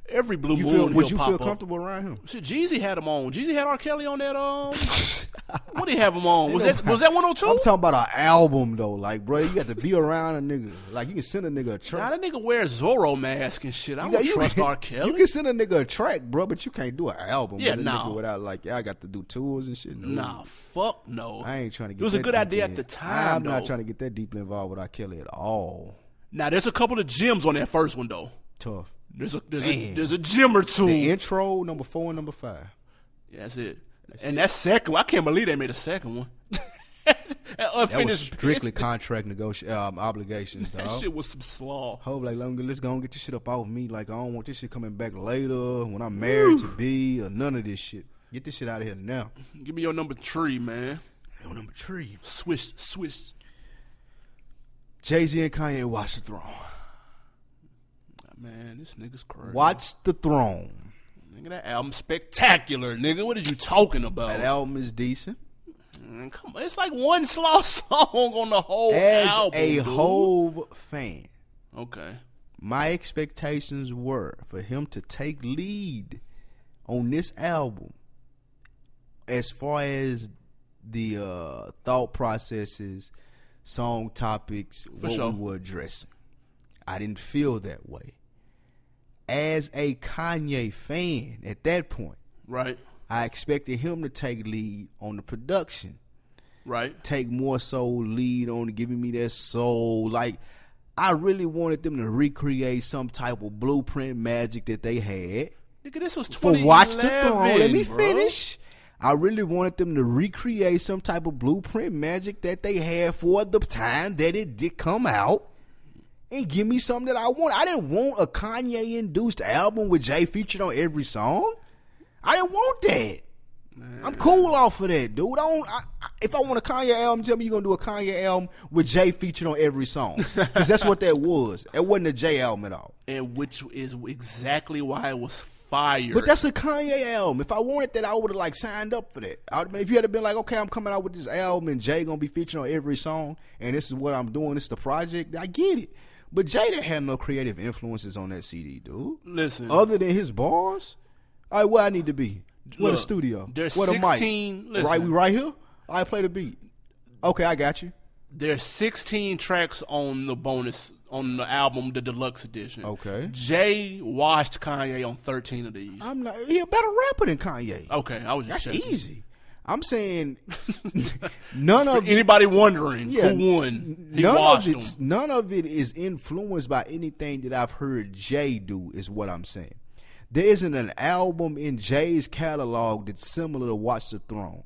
B: every blue
A: You
B: moon.
A: feel? Would
B: he'll
A: you
B: pop
A: feel
B: up.
A: comfortable around him?
B: Shit, Jeezy had him on. Jeezy had R. Kelly on that. Um, what did he have him on? Was that was that one hundred
A: I'm
B: two?
A: talking about an album though. Like, bro, you got to be around a nigga. Like, you can send a nigga a
B: Now
A: track.
B: that nigga wears Zorro mask and shit. I don't
A: Yeah, you
B: trust
A: can-
B: R. Kelly.
A: You can send a nigga a track, bro, but you can't do an album.
B: Yeah,
A: with a
B: no.
A: nigga without like, yeah, I got to do tours and shit. No.
B: Nah, fuck no.
A: I ain't trying to get.
B: It was a
A: that
B: good
A: deep
B: idea
A: in.
B: at the time.
A: I'm
B: though.
A: not trying to get that deeply involved with R. Kelly at all.
B: Now there's a couple of gems on that first one though.
A: Tough.
B: There's a there's a there's a gem or two.
A: The intro number four and number five.
B: Yeah, that's it. and that second one, I can't believe they made a second one. that
A: That was
B: unfinished
A: strictly
B: business.
A: contract negoti- um, obligations,
B: That
A: dog.
B: shit was some slaw.
A: Hope like let me- let's go and get this shit up off me. Like I don't want this shit coming back later when I'm married to B or none of this shit. Get this shit out of here now.
B: Give me your number three, man.
A: Yo, number three.
B: Swish, swish.
A: Jay Z and Kanye watch the throne.
B: Man, this nigga's crazy.
A: Watch the throne.
B: Nigga, that album spectacular, nigga. What are you talking about?
A: That album is decent.
B: Mm, Come on, it's like one slow song on the whole
A: As
B: album.
A: a
B: dude.
A: Hove fan,
B: Okay.
A: my expectations were for him to take lead on this album as far as the uh, thought processes, song topics, what
B: sure.
A: we were addressing. I didn't feel that way. As a Kanye fan at that point,
B: Right.
A: I expected him to take lead on the production
B: Right.
A: take more soul lead on giving me that soul. Like I really wanted them to recreate some type of blueprint magic that they had
B: Nigga, this was
A: for
B: 2011.
A: Watch the Throne. Let me
B: bro.
A: finish. I really wanted them to recreate some type of blueprint magic that they had for the time that it did come out. and give me something that I want. I didn't want a Kanye induced album with Jay featured on every song. I didn't want that. I'm cool off of that, dude. I don't. I, I- if I want a Kanye album, tell me you're gonna do a Kanye album with Jay featured on every song, because that's what that was. It wasn't a Jay album at all.
B: and which is exactly why it was fired.
A: But that's a Kanye album. If I wanted that, I would have like signed up for that. I would've- if you had been like, okay, I'm coming out with this album and Jay gonna be featured on every song, and this is what I'm doing. This is the project. I get it. But Jay didn't have no creative influences on that CD, dude.
B: listen.
A: Other than his bars, all right, where I need to be, where the
B: Look,
A: studio,
B: there's
A: where the
B: 16
A: mic,
B: listen.
A: right? We right here. I play the beat. Okay, I got you.
B: There's 16 tracks on the bonus on the album, the deluxe edition.
A: Okay.
B: Jay watched Kanye on 13 of these.
A: I'm not. He a better rapper than Kanye.
B: okay, I was just
A: That's
B: checking.
A: easy. I'm saying none of
B: Anybody wondering
A: Yeah,
B: who won? He
A: none of
B: watched
A: it's
B: them.
A: none of it is influenced by anything that I've heard Jay do. Is what I'm saying. There isn't an album in Jay's catalog that's similar to Watch the Throne.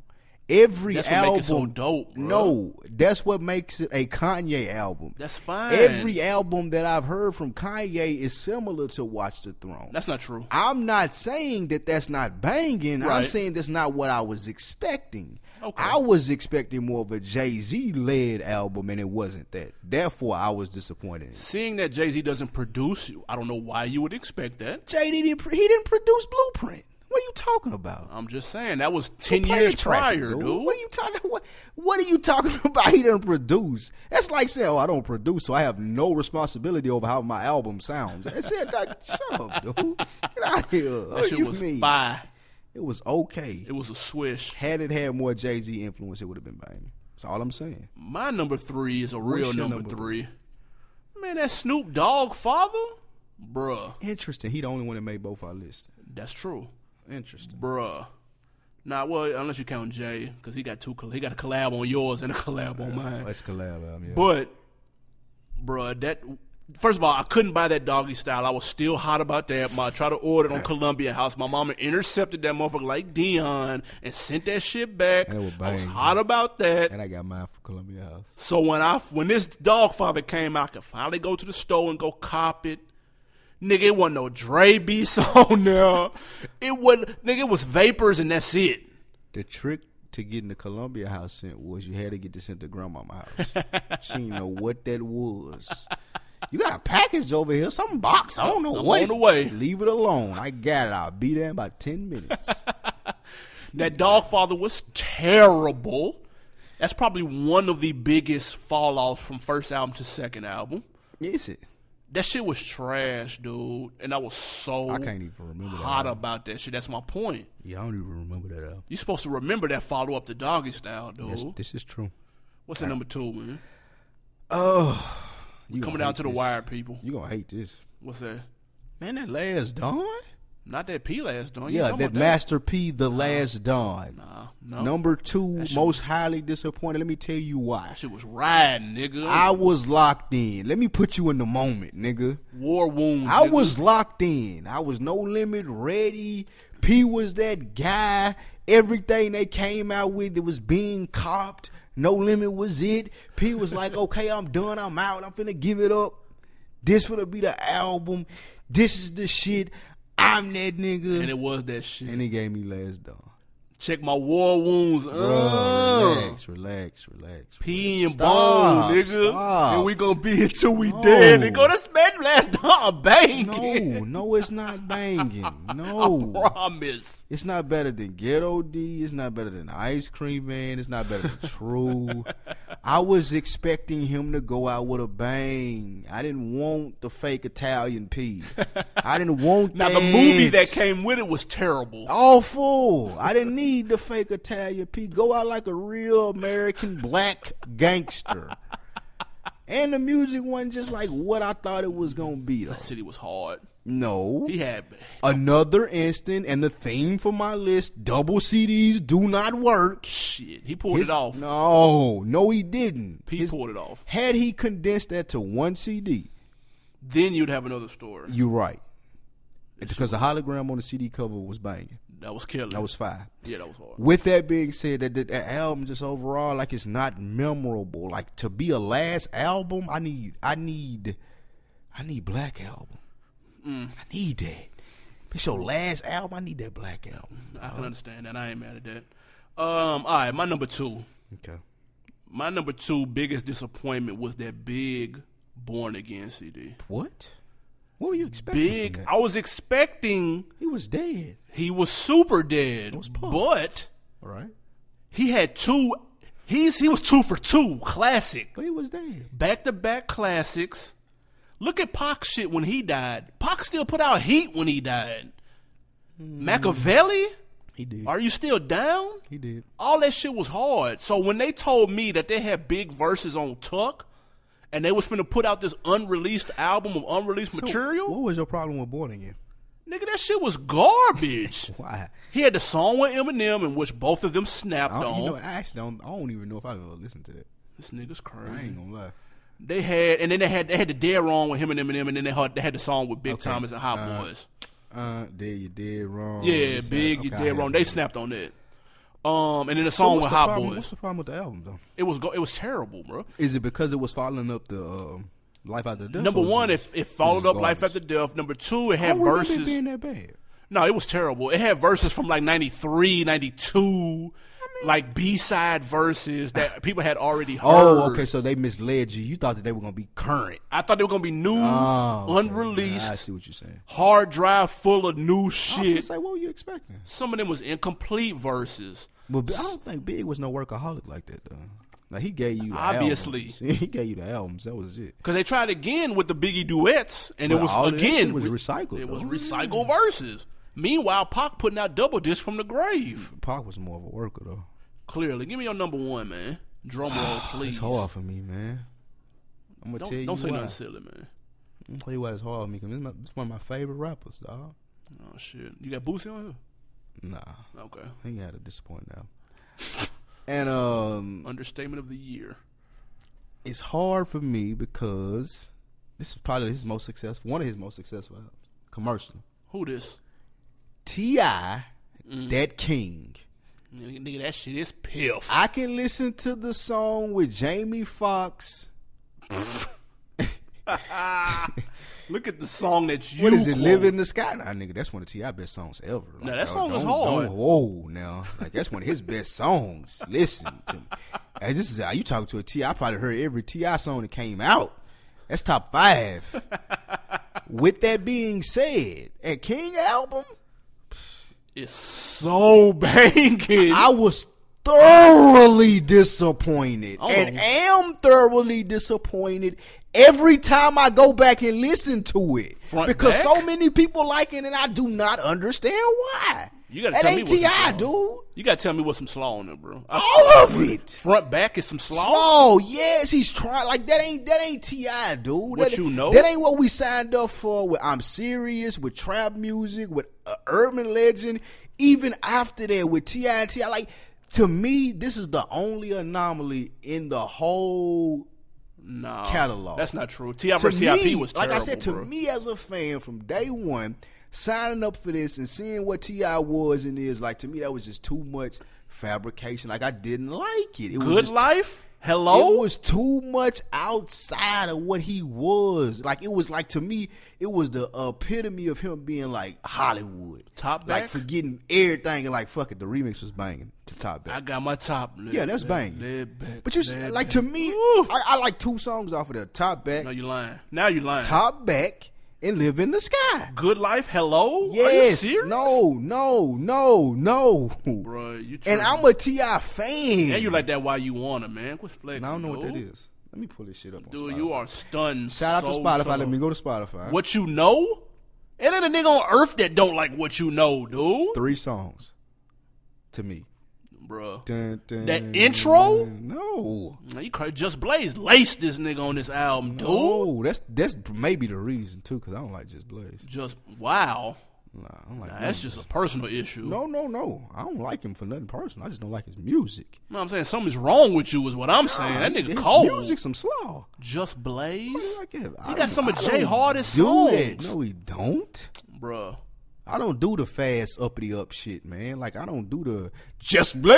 A: Every
B: That's what
A: album,
B: make it so dope, bro.
A: no, that's what makes it a Kanye album.
B: That's fine.
A: Every album that I've heard from Kanye is similar to Watch the Throne.
B: That's not true.
A: I'm not saying that that's not banging. I'm
B: Right.
A: saying that's not what I was expecting.
B: Okay.
A: I was expecting more of a Jay Z led album, and it wasn't that. Therefore, I was disappointed.
B: Seeing that Jay Z doesn't produce, I don't know why you would expect that.
A: Jay didn't pr- he didn't produce Blueprint. What are you talking about?
B: I'm just saying that was 10
A: Play
B: years
A: the track,
B: prior, dude.
A: What are you talking? What What are you talking about? He didn't produce. That's like saying, "Oh, I don't produce, so I have no responsibility over how my album sounds." That's it. Like, Shut up, dude. Get out of here.
B: that
A: What
B: shit
A: you
B: was
A: mean?
B: fire.
A: It was okay.
B: It was a swish.
A: had it had more Jay Z influence, it would have been banging. That's all I'm saying.
B: My number three is a real
A: your
B: number,
A: number
B: three. Man, that Snoop Dogg father? Bruh.
A: Interesting. He the only one that made both our lists.
B: That's true.
A: Interesting.
B: Bruh. Nah, well, unless you count Jay, because he got two coll- he got a collab on yours and a collab on mine.
A: Let's collab album. Yeah.
B: But, bruh, that first of all, I couldn't buy that doggy style. I was still hot about that. My I tried to order it on Columbia House. My mama intercepted that motherfucker like Dion and sent that shit back.
A: That was
B: I was
A: bang.
B: hot about that.
A: and I got mine for Columbia House.
B: So when I when this dog father came out, I could finally go to the store and go cop it. Nigga, it wasn't no Dre beats on there. It was nigga, it was vapors and that's it.
A: The trick to getting the Columbia House sent was you had to get this sent to Grandmama House. she didn't know what that was. You got a package over here, some box. I don't know
B: I'm
A: what.
B: on
A: it-
B: the way.
A: Leave it alone. I got it. I'll be there in about ten minutes.
B: That dog father was terrible. That's probably one of the biggest fall offs from first album to second album.
A: Is it?
B: That shit was trash, dude. And I was so
A: I can't even remember that
B: hot
A: album.
B: about that shit. That's my point.
A: Yeah, I don't even remember that. Album.
B: You're supposed to remember that follow up to Doggy Style, dude.
A: This, this is true.
B: What's the number two, man?
A: Oh, you
B: Coming
A: gonna
B: down
A: hate
B: to the
A: this.
B: wire, people.
A: You gonna hate this,
B: What's that?
A: man. That last dawn.
B: Not that P last Dawn. You
A: Yeah,
B: talking
A: that
B: about
A: Master P, The Last Dawn.
B: Nah, no.
A: Number two, most highly disappointed. Let me tell you why.
B: That shit was riding, nigga.
A: I was locked in. Let me put you in the moment, nigga.
B: War wounds.
A: I
B: nigga.
A: was locked in. I was no limit ready. P was that guy. Everything they came out with that was being copped. No limit was it. P was like, okay, I'm done. I'm out. I'm finna give it up. This finna be the album. This is the shit. I'm that nigga.
B: And it was that shit.
A: And he gave me last dawn.
B: Check my war wounds.
A: Bruh,
B: Uh,
A: relax, relax, relax.
B: P and
A: Stop,
B: bone, nigga.
A: stop.
B: And we gonna be until we dead. Nigga, that's man last Dawn banging.
A: No, no, it's not banging.
B: I
A: No,
B: promise.
A: it's not better than Ghetto D. It's not better than Ice Cream Man. It's not better than True. I was expecting him to go out with a bang. I didn't want the fake Italian P. I didn't want
B: Now
A: that.
B: the movie that came with it was terrible.
A: Awful. I didn't need the fake Italian P. Go out like a real American black gangster. And the music wasn't just like what I thought it was gonna be though.
B: City was hard.
A: No.
B: He had
A: Another instant and the theme for my list, double CDs do not work.
B: shit. He pulled
A: His-
B: it off.
A: No, no he didn't.
B: P
A: His-
B: pulled it off.
A: Had he condensed that to one CD,
B: Then you'd have another story.
A: you're right. Because the hologram on the CD cover was banging.
B: That was killing.
A: That was fire.
B: yeah, that was hard.
A: With that being said, that, that, that album just overall, like it's not memorable. Like to be a last album, I need I need I need Black Album.
B: Mm.
A: I need that. It's your last album. I need that Black Album.
B: I can understand that. I ain't mad at that. Um, all right, my number two.
A: Okay.
B: My number two biggest disappointment was that big Born Again CD.
A: What? What were you expecting?
B: Big.
A: from that?
B: I was expecting
A: He was dead.
B: he was super dead,
A: punk.
B: but
A: All right.
B: he had two. He's he was two for two classic
A: But he was dead.
B: back to back classics. Look at Pac shit when he died. Pac still put out heat when he died.
A: Hmm.
B: Machiavelli,
A: He did.
B: are you still down?
A: He did.
B: all that shit was hard. So when they told me that they had big verses on Tuck and they was finna put out this unreleased album of unreleased material,
A: What was your problem with Born Again?
B: nigga, that shit was garbage.
A: Why?
B: he had the song with Eminem in which both of them snapped
A: I don't,
B: on.
A: you know, I actually don't. I don't even know if I've ever listened to that.
B: this nigga's
A: I
B: crazy.
A: ain't gonna lie.
B: They had, and then they had they had the Dare on with him and Eminem, and then they had, they had the song with Big
A: Okay.
B: Thomas and Hot
A: Uh,
B: Boys.
A: Uh, there you did wrong.
B: Yeah,
A: This, uh,
B: Big, you
A: okay, I
B: Dare
A: heard
B: on.
A: that.
B: They snapped on that. Um, and then the
A: So
B: song
A: what's
B: with
A: the
B: Hot
A: problem- What's
B: Boys.
A: the problem with the album though?
B: It was go- it was terrible, bro.
A: Is it because it was following up the um, life after death?
B: Number
A: or is
B: one,
A: it-
B: it, it followed up
A: garbage.
B: Life After Death. Number two, it
A: I
B: had
A: don't Oh, remember it
B: verses.
A: being that bad.
B: no, it was terrible. It had verses from like 93, 92, like B side verses that people had already heard.
A: Oh, okay. So they misled you. You thought that they were gonna be current,
B: I thought they were going to be new,
A: Oh, okay. Yeah, I
B: unreleased,
A: see Oh, what you're saying.
B: hard drive full of new
A: I was gonna
B: shit.
A: say, what were you expecting?
B: Some of them was incomplete verses.
A: But B- I don't think Big was no workaholic like that though. Like he gave you the
B: Obviously.
A: albums. he gave you the albums. That was it.
B: Because they tried again with the Biggie duets, and
A: But
B: it was
A: all of that
B: again
A: shit was
B: re-
A: recycled,
B: It was
A: though.
B: recycled verses. Meanwhile, Pac putting out double discs from the grave.
A: Pac was more of a worker though.
B: Clearly, give me your number one, man. Drum roll, please.
A: It's hard for me, man. I'm gonna
B: Don't,
A: tell you
B: don't say
A: why.
B: nothing silly, man.
A: I'm gonna tell you why it's hard for me. Cause it's, my, it's one of my favorite rappers, dog.
B: Oh shit! You got Boosie on
A: Nah,
B: here? Okay.
A: he had a disappointing album. and um,
B: Understatement of the year.
A: it's hard for me because this is probably his most successful, one of his most successful albums, commercially.
B: Who this?
A: Ti,
B: Mm-hmm.
A: that king.
B: Nigga, nigga, that shit is piff.
A: I can listen to the song with Jamie Foxx.
B: Look at the song that you.
A: What is it?
B: quote.
A: Live in the sky. Nah, nigga, that's one of Ti best songs ever. Like,
B: that
A: dog,
B: song was
A: don't-
B: hard.
A: don't- Whoa, now like that's one of his best songs. Listen to me. Hey, this is how you talk to a Ti. I probably heard every Ti song that came out. That's top five. With that being said, a King album,
B: It's so banging.
A: I was thoroughly disappointed
B: Oh.
A: and am thoroughly disappointed every time I go back and listen to it
B: Front
A: because
B: back?
A: so many people like it and I do not understand why.
B: You gotta
A: that
B: tell me
A: ain't
B: what's
A: Ti,
B: the
A: dude.
B: you gotta tell me what's some slaw on it, bro. I-
A: All of it.
B: front back is some slaw.
A: Oh yes, he's trying. Like that ain't that ain't Ti, dude. What that,
B: you know?
A: That ain't what we signed up for. With I'm serious, with trap music, with uh, urban legend. Even after that, with Ti and Ti, like to me, this is the only anomaly in the whole
B: Nah,
A: catalog.
B: That's not true. Ti
A: to
B: versus Tip
A: me,
B: was
A: like
B: terrible,
A: I said, to
B: bro.
A: me as a fan from day one, signing up for this and seeing what Ti was and is like to me, that was just too much fabrication. Like I didn't like it. It was
B: Good
A: just
B: life. Hello.
A: it was too much outside of what he was. Like it was like to me, it was the epitome of him being like Hollywood.
B: Top
A: Like
B: back?
A: forgetting everything and like fuck it, the remix was banging to top
B: I
A: back.
B: got my top. Lip,
A: Yeah, that's
B: lip,
A: banging.
B: lip, back,
A: but you
B: lip,
A: s like
B: back.
A: to me,
B: Woo.
A: I, I like two songs off of the top back,
B: No, you lying. Now you lying.
A: top back, and live in the sky.
B: Good life. Hello.
A: Yes.
B: Are you serious?
A: No, no, no, no.
B: bro. You tripping.
A: And I'm a T.I. fan.
B: And you like that why you want it, man. Quit flexing.
A: And I don't know what
B: dude.
A: that is. Let me pull this shit up on
B: Dude,
A: Spotify.
B: you are stunned.
A: Shout out
B: so
A: to Spotify.
B: tough.
A: Let me go to Spotify.
B: What you know? It ain't a nigga on earth that don't like what you know, dude.
A: three songs to me.
B: Bruh.
A: Dun, dun,
B: That intro?
A: No.
B: Now You crazy. Just Blaze laced this nigga on this album, dude.
A: Oh, that's that's maybe the reason too, because I don't like just Blaze.
B: Just wow.
A: Nah, I don't like.
B: Nah,
A: him.
B: that's just a personal issue.
A: no, no, no. I don't like him for nothing personal. I just don't like his music.
B: You know what I'm saying something's wrong with you is what I'm saying. that nigga
A: his
B: cold.
A: music, some slow.
B: Just Blaze,
A: Like, he
B: got some of Jay Hardy's
A: do that.
B: songs.
A: No, he don't.
B: bruh.
A: I don't do the fast uppity up shit, man. Like I don't do the just blaze.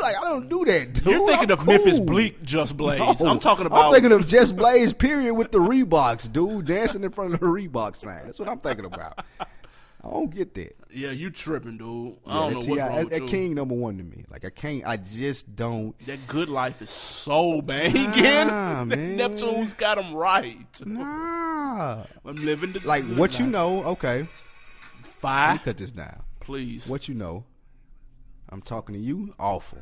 A: Like I don't do that. Dude.
B: You're thinking
A: I'm
B: of Memphis
A: cool.
B: Bleak just blaze.
A: No.
B: I'm talking about
A: I'm thinking of Jess Blaze. Period with the Reeboks, dude, dancing in front of the Reebok sign. That's what I'm thinking about. I don't get that.
B: Yeah, you tripping, dude. I don't
A: Yeah,
B: know
A: that
B: what's
A: T.I.
B: wrong
A: that,
B: with you.
A: that King number one to me. Like I can't. I just don't.
B: That good life is so banging.
A: Nah, man.
B: Neptune's got him right.
A: Nah.
B: I'm living the
A: Like
B: good
A: what you
B: life.
A: know. Okay,
B: Fi,
A: cut this down.
B: please.
A: What you know. I'm talking to you. Awful.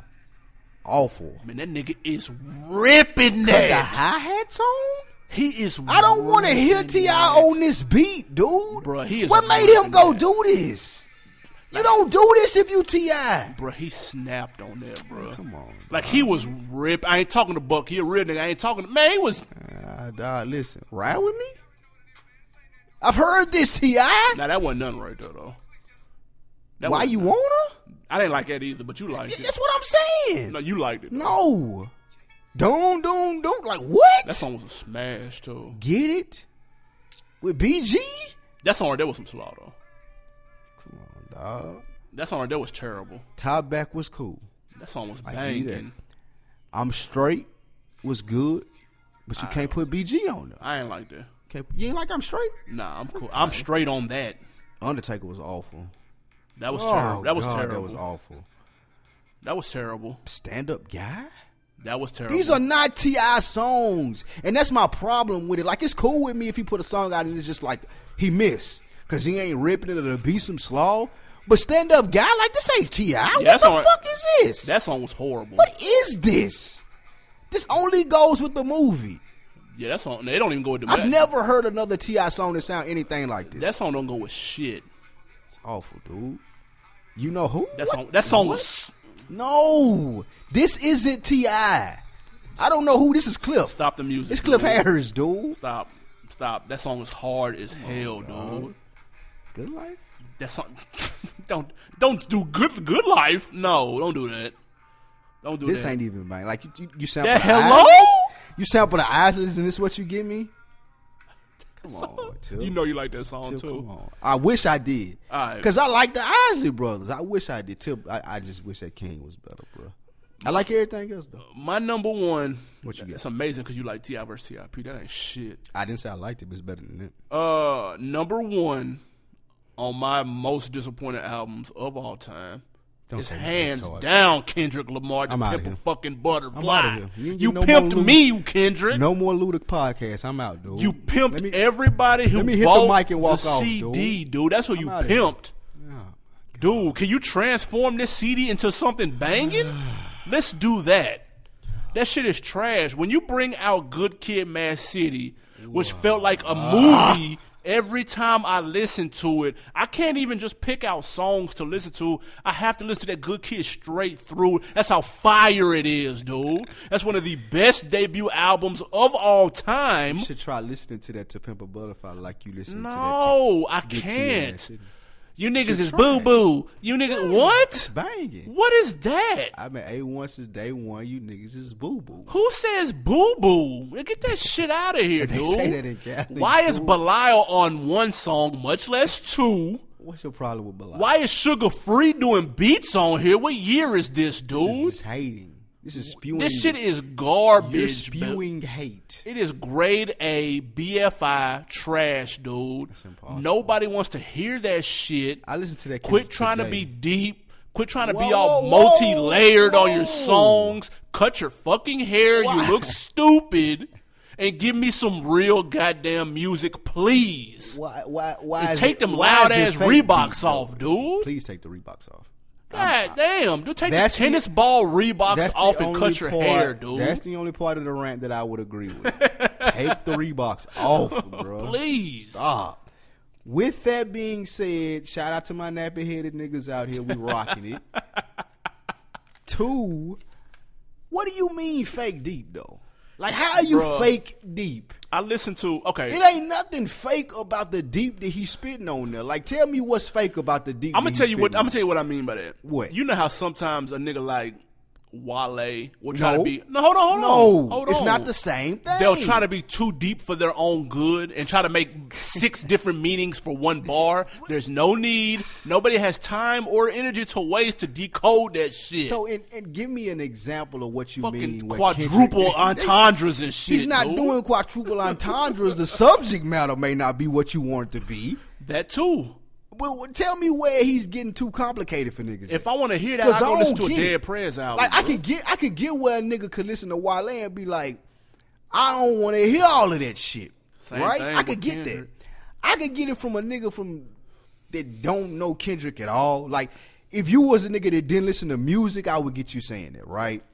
A: Awful.
B: Man, that nigga is ripping
A: Put the
B: that.
A: hi hats on.
B: He is.
A: I don't want to hear Ti on this beat, dude.
B: Bruh, he is
A: what made him go
B: amazing,
A: do this? You don't do this if you Ti.
B: Bro, he snapped on that, bro. Come
A: on,
B: Like he was rip. I ain't talking to Buck. He a real nigga. I ain't talking. to Man, he was.
A: Uh, dog, listen, ride with me. I've heard this Ti.
B: Now that wasn't nothing right there though. That
A: Why
B: wasn't
A: you
B: nothing.
A: want her?
B: I didn't like that either, but you liked it.
A: That's what I'm saying.
B: No, you liked it. though.
A: No. Don't, don't, don't. Like, what?
B: That song was a smash too.
A: Get it? With BG?
B: That song right there was some slaw though.
A: Come on, dog.
B: That song right there was terrible.
A: Top back was cool.
B: That song was
A: need
B: banging.
A: I'm straight was good, but you can't put BG on there.
B: I ain't like that.
A: Can't, you ain't like I'm straight?
B: Nah, I'm cool. I'm straight on that.
A: Undertaker was awful.
B: That was
A: Oh,
B: terrible. That was
A: God,
B: terrible.
A: That was awful.
B: That was terrible.
A: Stand up guy?
B: That was terrible.
A: These are not T.I. songs. And that's my problem with it. Like, it's cool with me if he put a song out and it's just like, he missed. Because he ain't ripping it or there be some slaw. But stand up guy, like, this ain't T.I. What
B: that's
A: the
B: all right.
A: fuck is this?
B: that song was horrible.
A: what is this? This only goes with the movie.
B: Yeah, that song. They don't even go with the.
A: I've never heard another T.I. song that sound anything like this.
B: That song don't go with shit.
A: awful, dude. You know who?
B: That
A: What?
B: song. That song
A: What?
B: was.
A: No, this isn't Ti. I don't know who this is. Cliff.
B: Stop the music.
A: It's Cliff
B: dude.
A: Harris, dude.
B: Stop. Stop. That song is hard as hell, dude.
A: Good life.
B: That song. don't don't do good good life. No, don't do that. Don't do
A: This
B: that.
A: ain't even mine. Like you, you, you sample
B: that
A: the
B: hello.
A: Isis? You sample the ISIS, and this what you give me? Come on, Till.
B: You know you like that song
A: Till,
B: too.
A: come on. I wish I did,
B: Alright.
A: cause I like the Isley brothers. I wish I did. Till I, I just wish that King was better, bro. I like everything else though.
B: My number one.
A: What you got?
B: It's amazing because you like Ti versus Tip. That ain't shit.
A: I didn't say I liked it, but it's better than it.
B: Uh, number one on my most disappointed albums of all time.
A: Don't
B: is
A: say nothing
B: hands
A: retarded.
B: down Kendrick Lamar to
A: I'm outta
B: pimp a
A: here.
B: fucking butterfly.
A: outta here. You
B: You,
A: ain't getting no more
B: pimped
A: Louis-
B: me, you Kendrick.
A: No more Luda podcast. I'm out, dude.
B: You pimped
A: Let me-
B: everybody who
A: let me hit the
B: bought
A: mic and walk
B: the
A: off,
B: CD, dude. That's who you
A: outta here.
B: pimped, dude. Can you transform this CD into something banging? Let's do that. That shit is trash. When you bring out Good Kid, Mad City, which felt like a
A: Ah.
B: movie. Every time I listen to it, I can't even just pick out songs to listen to. I have to listen to that good kid straight through. That's how fire it is, dude. That's one of the best debut albums of all time.
A: should try listening to that to pimp a butterfly like you listen to that.
B: No, I
A: Kid Mad
B: can't.
A: City.
B: You niggas is
A: tried.
B: boo boo. You niggas, what?
A: banging.
B: What is that?
A: I've been A one since day one. You niggas is boo boo.
B: Who says boo boo? Get that shit out of here,
A: They
B: dude.
A: say that in Catholic
B: Why is
A: school.
B: Belial on one song, much less two?
A: What's your problem with Belial?
B: Why is Sugar Free doing beats on here? What year is this,
A: This
B: dude?
A: is hating. This is spewing.
B: This shit is
A: You're
B: garbage. bro.
A: spewing hate.
B: It is grade A BFI trash, dude.
A: impossible.
B: Nobody wants to hear that shit.
A: I listened to that.
B: Quit
A: kid
B: trying to be
A: today.
B: deep. Quit trying to be
A: Whoa,
B: all
A: whoa,
B: multi layered on your
A: whoa.
B: songs. Cut your fucking hair. You look stupid. And give me some real goddamn music, please.
A: Why? Why? Why?
B: And
A: is
B: take
A: it-
B: them
A: why is
B: loud
A: it
B: ass
A: fake
B: Reeboks
A: beats, though?
B: off, dude.
A: Please take the Reeboks off.
B: God damn, dude. Take the
A: That's the-
B: tennis ball Reeboks
A: That's
B: off
A: the
B: and
A: only
B: cut your
A: part-
B: hair, dude.
A: That's the only part of the rant that I would agree with. take the Reeboks off, bro.
B: please.
A: Stop. With that being said, shout out to my nappy headed niggas out here. We rocking it. Two, what do you mean fake deep though? Like how are you
B: Bruh.
A: fake deep?
B: I listened to, okay.
A: It ain't nothing fake about the deep that he's spitting on there. Like tell me what's fake about the deep.
B: I'm
A: that
B: gonna
A: he
B: tell you what
A: spitting
B: I'm
A: on.
B: gonna tell you what I mean by that.
A: What?
B: You know how sometimes a nigga like Wale will try to
E: No.
B: be. No, hold on, hold on.
A: No,
B: Hold
A: it's
B: on.
A: not the same thing.
B: They'll try to be too deep for their own good and try to make six different meanings for one bar. There's no need. Nobody has time or energy to waste to decode that shit.
A: So, and, and give me an example of what you
B: fucking
A: mean. with
B: quadruple
A: Kendrick.
B: entendres and shit.
A: He's not
B: dude.
A: doing quadruple entendres. The subject matter may not be what you want it to be.
B: that too.
A: Well, well, tell me where he's getting too complicated for niggas.
B: If I want to hear that,
A: Because
B: I go
A: I
B: listen to
A: don't
B: a
A: get it.
B: Dead Prayers album.
A: like I
B: bro.
A: could get, I could get where a nigga could listen to Wale and be like, I don't want to hear all of that shit,
B: Same
A: right?
B: thing
A: I could
B: with
A: get
B: Kendrick.
A: that. I could get it from a nigga from that don't know Kendrick at all. Like, if you was a nigga that didn't listen to music, I would get you saying that, right?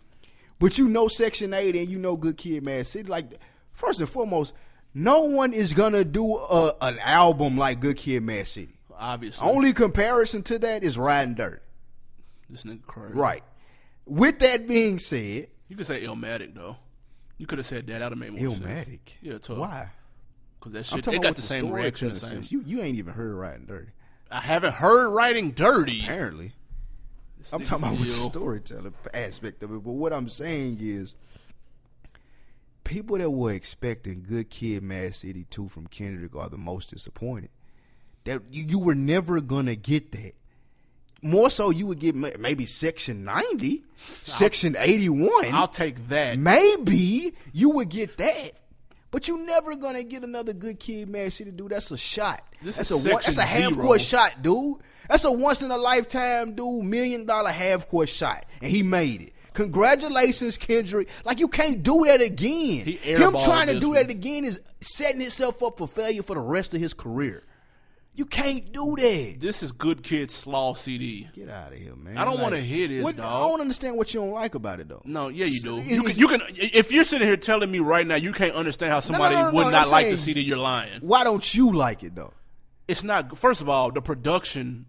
A: But you know Section Eight and you know Good Kid, Man City. Like, first and foremost, no one is gonna do a, an album like Good Kid, Man City.
B: obviously
A: Only comparison to that is Riding Dirt,
B: this nigga crazy.
A: right? With that being said.
B: You could say Illmatic though. You could have said that. That'd have made more sense.
A: Illmatic.
B: Yeah, tough.
A: Why?
B: Because that shit, they got the same reaction. The same.
A: You you ain't even heard Riding Dirty.
B: I haven't heard writing dirty.
A: Apparently. I'm
B: nigga's
A: talking about with the
B: ill.
A: storytelling aspect of it. But what I'm saying is people that were expecting good kid Mad City 2 from Kendrick are the most disappointed. That you, you were never gonna get that. More so you would get ma- maybe section 90, section 81.
B: I'll take that.
A: Maybe you would get that. But you never gonna get another good kid man shit to do. That's a shot.
B: This
A: that's
B: is
A: a one, that's
B: section
A: a half
B: zero.
A: court shot, dude. That's a once in a lifetime, dude, million dollar half court shot. And he made it. Congratulations, Kendrick. Like you can't do that again.
B: He
A: Him
B: airballed
A: trying to
B: this
A: do
B: one.
A: that again is setting himself up for failure for the rest of his career. You can't do that.
B: This is Good Kid Slaw CD.
A: Get out of here, man.
B: I don't wanna hear this,
A: what- I
B: dog.
A: don't understand what you don't like about it though.
B: No, yeah, you do.
A: It
B: You can,
A: is-
B: you can. If you're sitting here telling me right now you can't understand how somebody
A: no, no,
B: would
A: no,
B: not
A: I'm
B: like
A: saying-
B: the CD, you're lying.
A: Why don't you like it though?
B: It's not. First of all, the production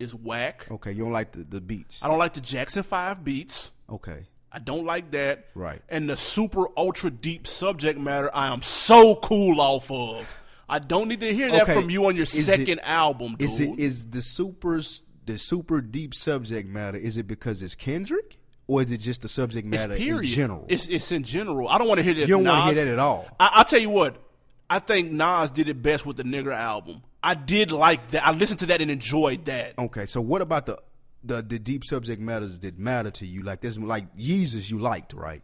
B: is whack.
A: Okay, you don't like the, the beats.
B: I don't like the Jackson Five beats.
A: Okay.
B: I don't like that.
A: Right.
B: And the super ultra deep subject matter, I am so cool off of. I don't need to hear that
A: Okay,
B: from you on your
A: is it-
B: second album, dude.
A: Is it is the super the super deep subject matter? Is it because it's Kendrick, or is it just the subject
B: It's
A: matter in
B: period.
A: general?
B: It's, it's in general. I don't want to hear that.
A: You don't wanna
B: want
A: hear
B: to
A: that at all.
B: I, I'll tell you what. I think Nas did it best with the Nigger album. I did like that. I listened to that and enjoyed that.
A: okay, so what about the the the deep subject matters that matter to you? Like this, like Yeezus, you liked, right?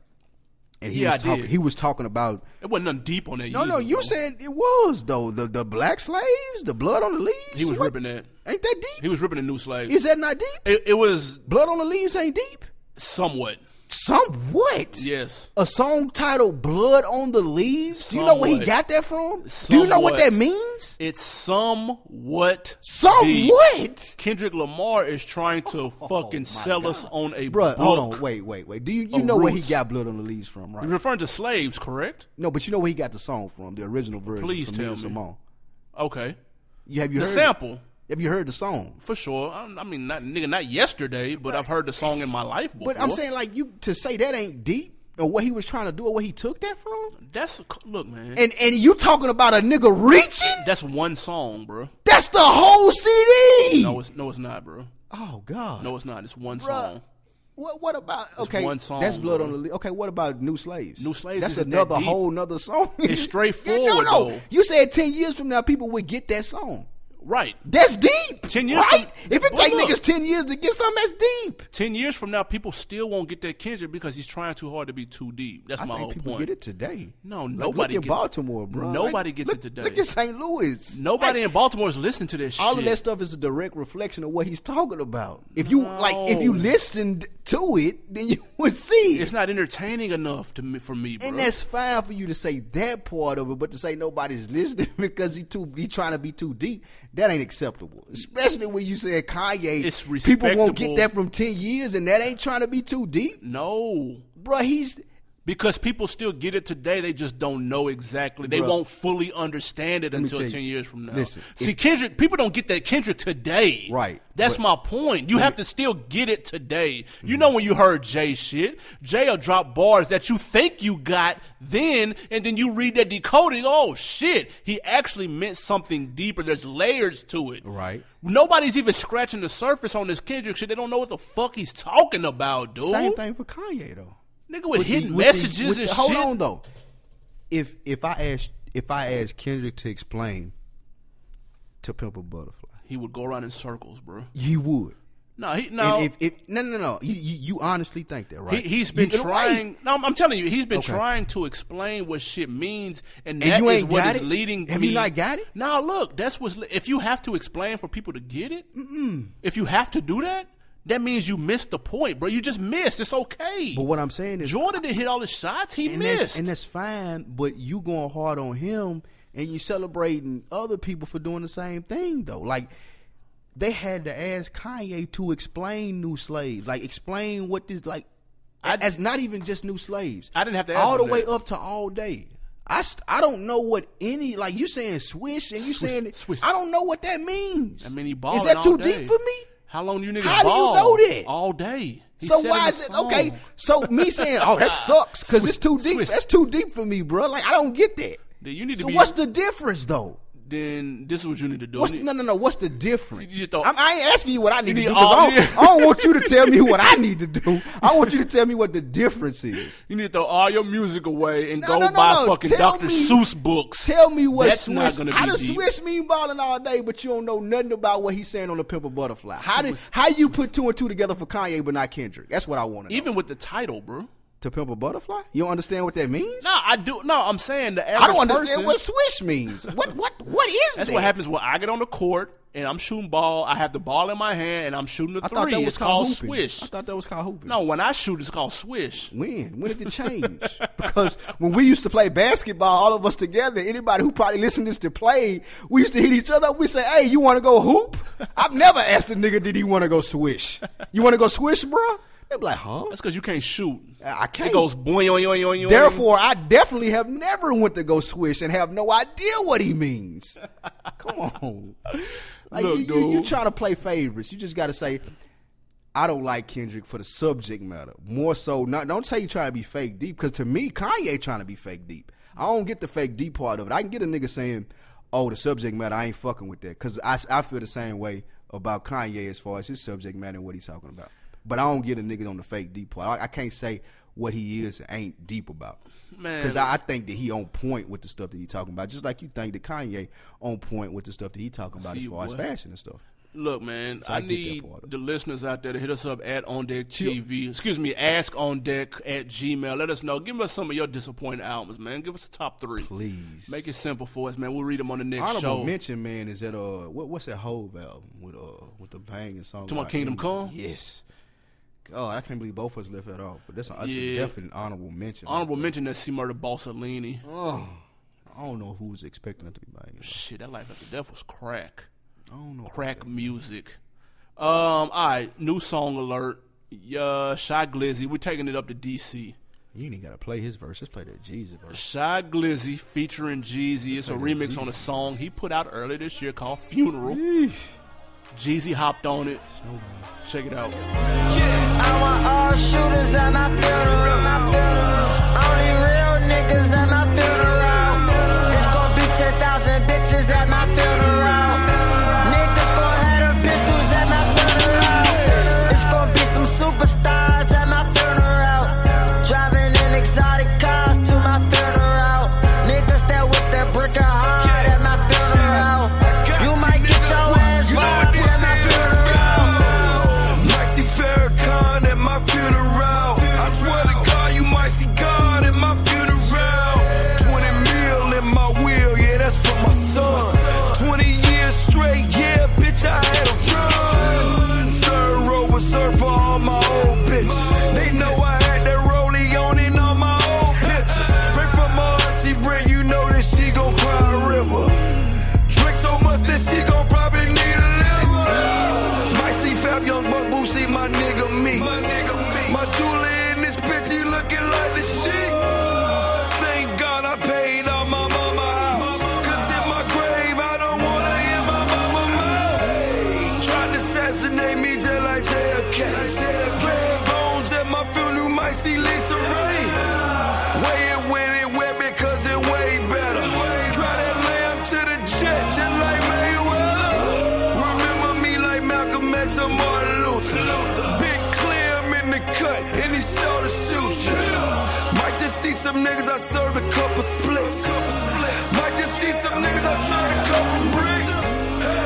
A: And he
B: Yeah,
A: was
B: I did.
A: talking. He was talking about.
B: It wasn't nothing deep on that.
A: No, no,
B: Yeezus,
A: you
B: bro.
A: said it was though the the black slaves, the blood on the leaves.
B: he was
A: What?
B: ripping that.
A: Ain't that deep?
B: He was ripping the new slave.
A: is that not deep?
B: it, it was
A: blood on the leaves ain't deep.
B: somewhat.
A: Somewhat.
B: Yes.
A: a song titled "Blood on the Leaves." Do you know where he
B: Somewhat.
A: got that from? Do you know what
B: Somewhat.
A: that means?
B: It's somewhat. deep.
A: Somewhat,
B: Kendrick Lamar is trying to fucking sell us on a
A: Oh Bruh,
B: book.
A: Hold on, wait, wait, wait. Do you you
B: Of
A: know where he
B: roots.
A: got "Blood on the Leaves" from? Right?
B: You're referring to slaves, correct?
A: No, but you know where he got the song from, the original version.
B: Please
A: from
B: tell
A: Nina
B: me.
A: Simone.
B: Okay.
A: You have you
B: The
A: heard
B: sample,
A: Have you heard the song?
B: for sure. I, I mean, not nigga, not yesterday, but I've heard the song in my life before.
A: But I'm saying like you to say that ain't deep or what he was trying to do or where he took that from.
B: that's look, man.
A: And and you talking about a nigga reaching?
B: that's one song, bro.
A: That's the whole CD.
B: No, it's no, it's not, bro.
A: oh God.
B: No, it's not. It's one
A: Bruh,
B: song.
A: What what about okay?
B: one song,
A: that's blood
B: bro.
A: on the leaves. Okay, what about new slaves?
B: New Slaves
A: That's
B: isn't that
A: another
B: deep.
A: whole nother song.
B: It's straightforward,
A: no, no.
B: though.
A: You said ten years from now people would get that song.
B: Right.
A: That's deep.
B: 10 years
A: right?
B: from-
A: if it
B: Well,
A: take
B: look.
A: niggas ten years to get something, that's deep.
B: Ten years from now, people still won't get that Kendrick because he's trying too hard to be too deep. That's
A: I
B: my
A: think
B: whole
A: people
B: point.
A: get it today.
B: No,
A: Like,
B: nobody
A: Look
B: gets it.
A: at Baltimore, bro.
B: Nobody
A: Like,
B: gets it
A: look,
B: today.
A: Look at St. Louis.
B: Nobody
A: Like,
B: in Baltimore is listening to this.
A: all
B: shit.
A: of that stuff is a direct reflection of what he's talking about. If you like, if you
B: No.
A: listened to it, then you would see. it.
B: It's not entertaining enough to me for me, bro.
A: And that's fine for you to say that part of it, but to say nobody's listening because he too he trying to be too deep, that ain't acceptable. Especially when you said Kanye,
B: It's
A: people won't
B: respectable.
A: get that from ten years, and that ain't trying to be too deep,
B: no.
A: Bruh, He's
B: Because people still get it today, they just don't know exactly. They
A: Bruh.
B: won't fully understand it
A: me
B: until
A: tell you.
B: ten years from now.
A: Listen,
B: See, Kendrick, people don't get that Kendrick today.
A: Right.
B: That's my point. You have to still get it today.
A: Mm-hmm.
B: You know when you heard Jay shit, Jay'll drop bars that you think you got then, and then you read that decoding. Oh shit, he actually meant something deeper. There's layers to it.
A: Right.
B: Nobody's even scratching the surface on this Kendrick shit. They don't know what the fuck he's talking about, dude.
A: Same thing for Kanye though.
B: Nigga with,
A: the-
B: hidden
A: with the-
B: messages
A: with
B: and
A: the- hold
B: shit.
A: on though. If if I asked if I asked Kendrick to explain to Pimp a Butterfly,
B: He would go around in circles, bro.
A: he would.
B: No, he no.
A: And if, if no no no, you, you you honestly think that right?
B: He, he's been
A: You-
B: trying. No, I'm, I'm telling you, he's been
A: Okay.
B: trying to explain what shit means, and,
A: And
B: that
A: you
B: is
A: ain't
B: what
A: got
B: is
A: it?
B: leading.
A: Have
B: me.
A: you not got it?
B: Now look, that's what's. li- If you have to explain for people to get it, if you have to do that, that means you missed the point, bro. You just missed. It's okay.
A: But what I'm saying is,
B: Jordan didn't hit all his shots. He
A: and
B: missed.
A: that's, and that's fine. But you going hard on him, and you celebrating other people for doing the same thing though. Like they had to ask Kanye to explain new slaves, like explain what this like. as not even just new slaves.
B: I didn't have to ask
A: all the
B: him
A: way
B: that.
A: up to all day. I, st- I don't know what any like you saying swish and you
B: Swish,
A: saying
B: swish.
A: I don't know what that means.
B: I mean, he balled.
A: Is that too
B: all day.
A: deep for me?
B: How long you niggas
A: How do you
B: ball?
A: know that?
B: All day. He
A: so
B: said in
A: why
B: the
A: is it okay?
B: song.
A: So me saying, "Oh, that sucks," because it's too deep.
B: Swish.
A: That's too deep for me, bro. Like I don't get that.
B: Then you need to
A: so
B: be-
A: what's the difference, though?
B: Then this is what you need to do.
A: What's
B: You
A: the,
B: need-
A: no, no, no? What's the difference?
B: You just don't-
A: I'm, I ain't asking you what I need,
B: need
A: to do. 'cause
B: all-
A: I, don't, I don't want you to tell me what I need to do. I want you to tell me what the difference is.
B: You need to throw all your music away and
A: No,
B: go
A: no, no,
B: buy
A: no.
B: fucking
A: Tell
B: Dr.
A: me-
B: Seuss books.
A: Tell me what
B: That's
A: Swiss.
B: not gonna be
A: I done
B: deep.
A: Swiss mean balling all day, but you don't know nothing about what he's saying on the Pimple Butterfly. How did how you put two and two together for Kanye but not Kendrick? That's what I want to know.
B: Even with the title, bro.
A: to Pimple Butterfly, you don't understand what that means?
B: No, I do. No, I'm saying the average
A: I don't
B: person-
A: understand what swish means. What what what is
B: That's
A: that?
B: what happens when I get on the court and I'm shooting ball. I have the ball in my hand and I'm shooting the
A: I thought
B: three.
A: that was
B: it's called
A: hooping.
B: swish.
A: I thought that was called hooping.
B: no, when I shoot, it's called swish.
A: When? When did it change? because when we used to play basketball, all of us together, anybody who probably listened to this to play, we used to hit each other up. We say, hey, you want to go hoop? I've never asked a nigga, did he want to go swish? You want to go swish, bruh? They'd be like, huh?
B: That's because you can't shoot.
A: I can't.
B: It goes boing, boing, boing, boing, boing.
A: Therefore, I definitely have never went to go swish and have no idea what he means. Come on, like
B: Look,
A: you, you, you
B: dude.
A: try to play favorites. You just got to say, I don't like Kendrick for the subject matter. More so, not don't say you trying to be fake deep because to me, Kanye trying to be fake deep. I don't get the fake deep part of it. I can get a nigga saying, "Oh, the subject matter, I ain't fucking with that," because I I feel the same way about Kanye as far as his subject matter and what he's talking about. But I don't get a nigga on the fake deep part. I, I can't say what he is and ain't deep about.
B: Man.
A: because I, I think that he on point with the stuff that he talking about, just like you think that Kanye on point with the stuff that he talking about
B: See,
A: as far as
B: what?
A: fashion and stuff.
B: Look, man, I,
A: I get that
B: need
A: part of it.
B: the listeners out there to hit us up at On Deck TV. Excuse me, ask on deck at Gmail. Let us know. Give us some of your disappointing albums, man. Give us the top three.
A: Please.
B: Make it simple for us, man. We'll read them on the next
A: Honorable
B: show.
A: mention, man, is that uh, what, what's that Hove album with uh, with the banging song?
B: To my
A: about
B: Kingdom
A: him?
B: Come?
A: Yes. Oh, I can't believe both of us left that off, but that's, a, that's
B: Yeah.
A: a definite honorable mention.
B: Honorable mention that C Murder Balsalini.
A: Oh, I don't know who was expecting it to be banging.
B: Shit, that life after death was crack.
A: I don't know.
B: Crack music. Um, all right, new song alert. Yeah, Shy Glizzy. We're taking it up to DC.
A: You ain't got to play his verse. Let's play that Jesus verse.
B: Shy Glizzy featuring Jeezy. It's a remix on a song he put out earlier this year called Funeral. Jeezy hopped on it. Check it out.
F: I want all shooters at my funeral. Only real niggas at my funeral. It's gonna be 10,000 bitches at my funeral. Niggas gonna have their pistols at my funeral. It's gonna be some superstars at my funeral. Driving in exotic cars to my funeral. Niggas that whip that brick and hard at my funeral. You might get your ass
C: You know what
F: robbed
C: this
F: at my
C: is.
F: funeral.
C: Maxi Farrakhan at my funeral. I swear to God, you might see God at my funeral. 20 mil in my will, yeah, that's for my son. 20 Can I share a red bones at my funeral? You might see Lisa Ray. Weigh it when it wet because it way better. Try that lamb to the jet, just like Mayweather. Remember me like Malcolm X or Martin Luther. Big clear, I'm in the cut, and he sold the shoot. Might just see some niggas I served a couple splits. Might just see some niggas I served a couple bricks.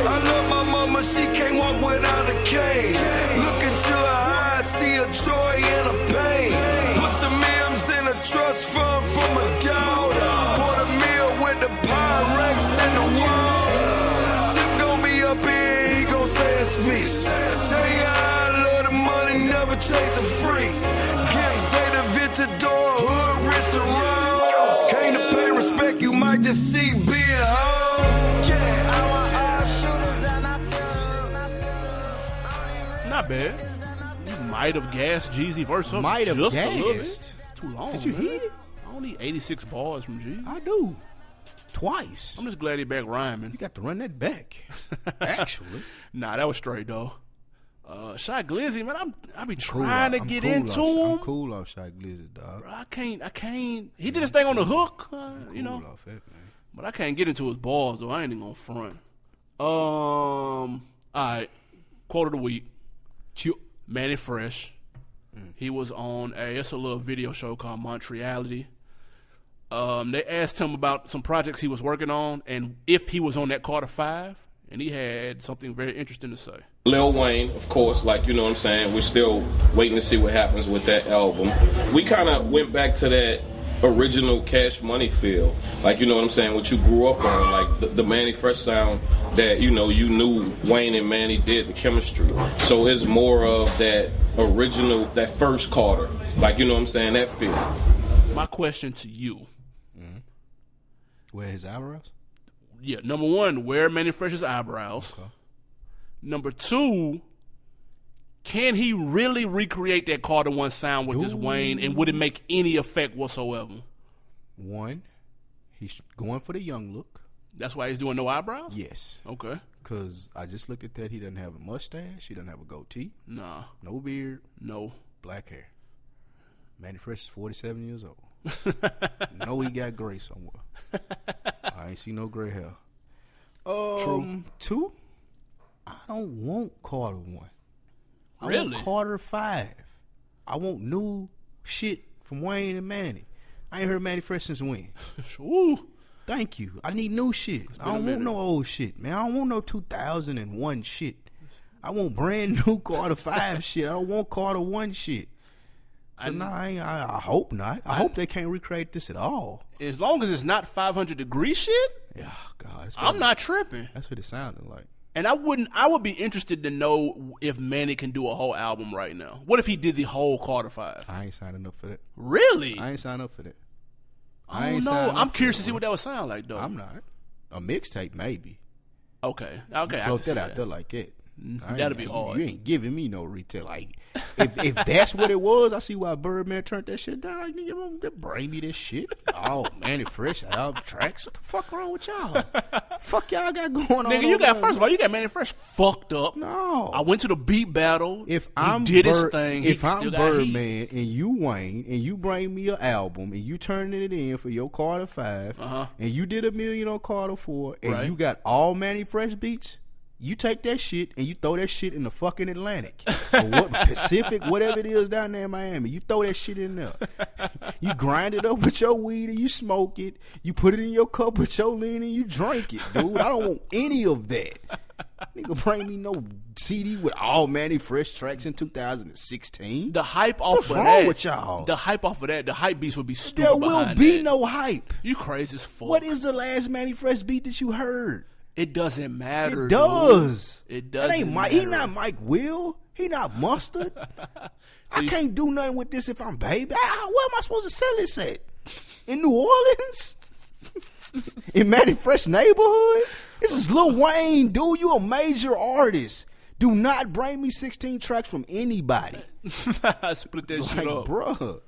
C: I love my mama, she can't walk without a cane. Look into her eyes, see a joy and a pain. Put some M's in a trust fund from a daughter. Quarter meal with the Pyrex and the wall. Tip gon' be up here, he gon' say his speech. Say I love the money, never chase a freak. Give say the Ventador, hood, wrist the road. Came to pay respect, you might just see being home. Yeah, I want all
F: Shooters at my funeral.
B: Not bad. You might have gassed Jeezy verse up
A: Might have
B: just a little bit.
A: gassed.
B: Too long.
A: Did you
B: man.
A: hear it?
B: I only 86 bars from Jeezy.
A: I do. Twice.
B: I'm just glad he back rhyming.
A: You got to run that back. Actually.
B: Nah, that was straight though. Uh, Shy Glizzy, man, I'm I be
A: Cool,
B: trying to
A: I'm
B: get
A: cool
B: into
A: off,
B: him.
A: I'm cool off Shaq Glizzy, dog.
B: Bro, I can't, I can't. He did his thing on the hook, uh, you know,
A: Cool off that, man.
B: but I can't get into his balls, though. I ain't even gonna front. Um, all right, quote of the week,
A: Chill.
B: Manny Fresh. He was on a it's a little video show called Montreality. Um, they asked him about some projects he was working on and if he was on that Carter Five, and he had something very interesting to say.
G: Lil Wayne, of course, like you know what I'm saying, we're still waiting to see what happens with that album. We kind of went back to that original Cash Money feel, like you know what I'm saying, what you grew up on, like the, the Manny Fresh sound that you know you knew Wayne and Manny did the chemistry. So it's more of that original, that first Carter, like you know what I'm saying, that feel.
B: My question to you.
A: Where his eyebrows?
B: yeah, number one, wear Manny Fresh's eyebrows. Number two, can he really recreate that Carter One sound with this Wayne, and would it make any effect whatsoever?
A: One, he's going for the young look.
B: That's why he's doing no eyebrows.
A: Yes.
B: Okay.
A: Because I just looked at that. He doesn't have a mustache. He doesn't have a goatee.
B: Nah.
A: No beard.
B: No.
A: Black hair. Manny Fresh is 47 years old. no, he got gray somewhere. I ain't see no gray hair. Um, Two, I don't want Carter 1. I
B: Really?
A: want Carter 5. I want new shit from Wayne and Manny. I ain't heard Manny Fresh since when?
B: Ooh.
A: Thank you. I need new shit. I don't want no old shit, man. I don't want no 2001 shit. I want brand new Carter 5 shit. I don't want Carter 1 shit. So, nah, I, ain't- I, I hope not. I, hope they can't recreate this at all.
B: As long as it's not 500 degree shit,
A: Yeah, God. That's what,
B: I'm not tripping.
A: That's what it sounded like.
B: And I wouldn't. I would be interested to know if Manny can do a whole album right now. What if he did the whole Carter Five?
A: I ain't signing up for that.
B: Really?
A: I ain't signing up for that.
B: I don't
A: ain't
B: know.
A: signing up
B: I'm
A: for
B: curious
A: it,
B: to see what that would sound like, though.
A: I'm not. A mixtape, maybe.
B: Okay. Okay. I
A: Float
B: can see
A: that out there like that. I ain't-
B: that'd be
A: you-
B: hard.
A: You ain't giving me no retail. Like, if, if that's what it was, I see why Birdman turned that shit down. Like, nigga, man, bring me this shit. Oh man, it fresh album tracks. What the fuck wrong with y'all? fuck y'all got going on?
B: Nigga, you
A: over
B: got
A: there?
B: first of all, you got Manny Fresh fucked up.
A: No.
B: I went to the beat battle.
A: If
B: He
A: I'm
B: did his
A: Bir-
B: thing, he
A: if I'm
B: still got heat.
A: Birdman and you Wayne and you bring me an album and you turning it in for your Carter 5 and you did a million on Carter Four and
B: Uh-huh. Right.
A: you got all Manny Fresh beats, you take that shit and you throw that shit in the fucking Atlantic, or what, Pacific, whatever it is down there in Miami. You throw that shit in there. you grind it up with your weed and you smoke it. You put it in your cup with your lean and you drink it, dude. I don't want any of that. Nigga, bring me no CD with all Manny Fresh tracks in 2016.
B: the hype off
A: What's
B: of
A: wrong
B: that,
A: with y'all?
B: The hype off of that, the hype beats would be stupid.
A: there will
B: behind
A: be
B: that.
A: no hype.
B: You crazy as fuck.
A: What is the last Manny Fresh beat that you heard?
B: It doesn't matter.
A: It does.
B: dude. It
A: That
B: doesn't.
A: ain't Mike.
B: matter.
A: He not Mike Will. He not Mustard. I can't do nothing with this if I'm baby. I, where am I supposed to sell this at? In New Orleans? In Manny Fresh neighborhood? This is Lil Wayne, dude. You a major artist. Do not bring me 16 tracks from anybody.
B: Split that shit
A: Like,
B: up,
A: bruh.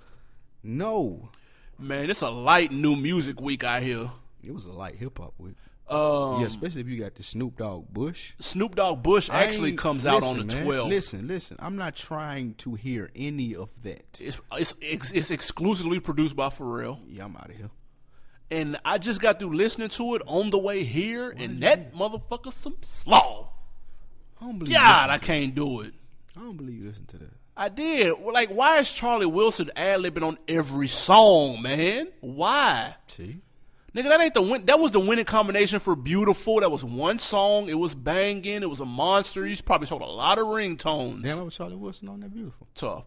A: No.
B: man. It's a light new music week out here.
A: It was a light hip hop week.
B: Um,
A: yeah, especially if you got the Snoop Dogg Bush.
B: Snoop Dogg Bush
A: I
B: actually
A: ain't-
B: comes out on the
A: listen, man,
B: 12th.
A: Listen, listen. I'm not trying to hear any of that.
B: It's, it's it's it's exclusively produced by Pharrell,
A: Yeah, I'm out of here.
B: and I just got through listening to it on the way here, and that motherfucker some slaw.
A: I don't believe.
B: God, I
A: you
B: can't do it.
A: listen- I don't believe you listen to that.
B: I did. Well, Like, why is Charlie Wilson ad libbing on every song, man? Why?
A: See,
B: Nigga, that ain't the win. That was the winning combination for "Beautiful." That was one song. It was banging. It was a monster. He's probably sold a lot of ringtones.
A: damn, I was Charlie Wilson on that beautiful.
B: tough.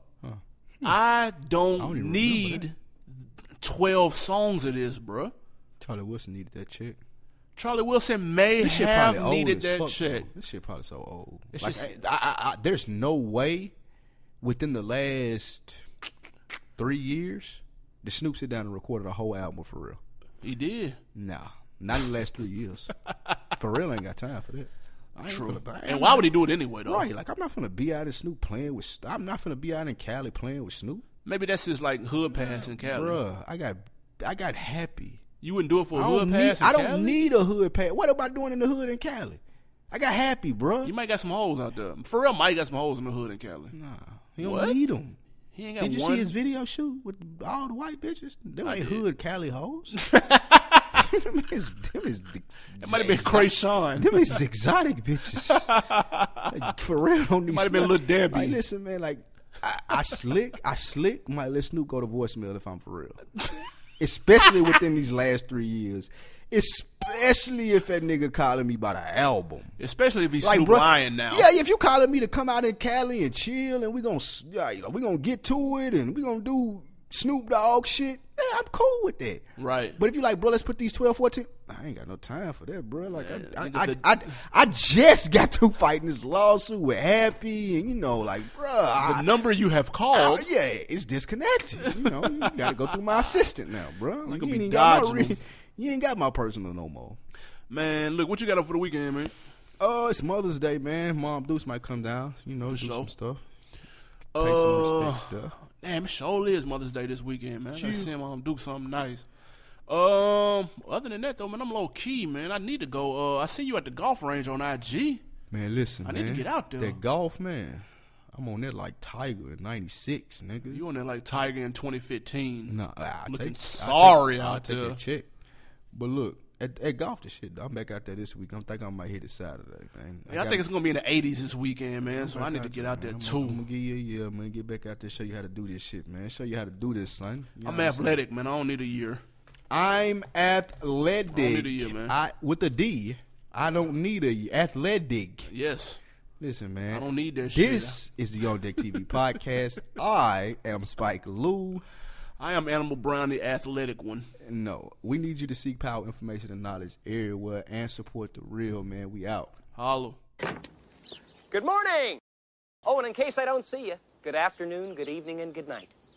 B: I don't,
A: don't even
B: need twelve songs of this, bruh.
A: Charlie Wilson needed that chick.
B: Charlie Wilson may
A: This shit
B: have
A: probably old
B: needed
A: as
B: that
A: fuck,
B: shit.
A: though. This shit probably so old.
B: It's
A: like,
B: just-
A: I, I, I, there's no way within the last three years the Snoop sit down and recorded a whole album for real.
B: He did.
A: Nah, not in the last three years. For real, ain't got time for that. I ain't
B: True.
A: finna buy- I
B: And
A: ain't
B: why would he do it anyway, though?
A: Right, like I'm not gonna be out in Snoop playing with. Snoop. I'm not gonna be out in Cali playing with Snoop,
B: Maybe that's his like hood pass in Cali.
A: bruh. I got, I got happy.
B: You wouldn't do it for
A: I
B: a hood
A: don't need,
B: pass. in
A: I don't
B: Cali?
A: need a hood pass. What am I doing in the hood in Cali? I got happy, bruh.
B: You might got some holes out there. For real, Mike got some holes in the hood in Cali.
A: nah, you don't
B: What?
A: need them.
B: He ain't got
A: Did you
B: one.
A: see his video shoot with all the white bitches? Them
B: I
A: ain't
B: did.
A: hood Cali hoes. them is, them is,
B: it might have been Krayshawn.
A: Them is exotic bitches. Like, for real, on these
B: might have been
A: snuff-
B: Lil Debbie.
A: Like, listen, man, like I, I slick, I slick. My let Snoop go to voicemail if I'm for real. Especially within these last three years. Especially if that nigga calling me about an album.
B: Especially if he's
A: Like,
B: Snoop
A: bro,
B: lying now.
A: Yeah, if you calling me to come out in Cali and chill, and we gonna s- yeah, you know, we gonna get to it, and we gonna do Snoop Dogg shit. Yeah, I'm cool with that.
B: Right.
A: But if you like, bro, let's put these 12, 14. I ain't got no time for that, bro. Like, I, I,
B: nigga,
A: I,
B: the-
A: I, I just got through fighting this lawsuit with Happy, and you know, like, bro,
B: The
A: I,
B: number you have
A: oh,
B: called.
A: yeah, it's disconnected. You know, you gotta go through my assistant now, bro. Like,
B: gonna
A: you
B: be
A: ain't got my
B: dodging
A: re-
B: them.
A: you ain't got my personal no more.
B: Man, look, what you got up for the weekend, man?
A: Oh, it's Mother's Day, man. Mom Deuce might come down. You know,
B: For
A: do
B: sure.
A: some stuff. Pay some
B: Uh,
A: respect stuff.
B: damn, it sure is Mother's Day this weekend, man. I gotta
A: Chew.
B: send my Aunt Duke something nice. Um, other than that, though, man, I'm low key, man. I need to go. Uh, I see you at the golf range on IG.
A: Man, listen,
B: I need to
A: man.
B: get out there.
A: That golf, man. I'm on there like Tiger in '96, nigga.
B: You on there like Tiger in 2015.
A: Nah, I
B: Looking
A: take,
B: sorry
A: I take,
B: out
A: I take
B: there.
A: a check. But look, at, at golf, this shit. I'm back out there this week. I'm think I might hit it Saturday, man.
B: Yeah, I, think it's gonna be in the 80s this weekend, man. So I need to get out there
A: I'm,
B: too.
A: I'm gonna give you a year, man. Get back out there, show you how to do this shit, man. Show you how to do this, son. You know
B: I'm
A: what saying?
B: athletic, man. I don't need a year.
A: I'm athletic.
B: I don't need a year, man.
A: I- with a D. I don't need a athletic.
B: Yes,
A: Listen, man.
B: I don't need that shit.
A: This is the On Deck TV podcast. I am Spike Lou.
B: I am Animal Brown, the athletic one.
A: No, we need you to seek power, information, and knowledge everywhere and support the real, man. We out.
B: Hollow.
H: Good morning! Oh, and in case I don't see you, good afternoon, good evening, and good night.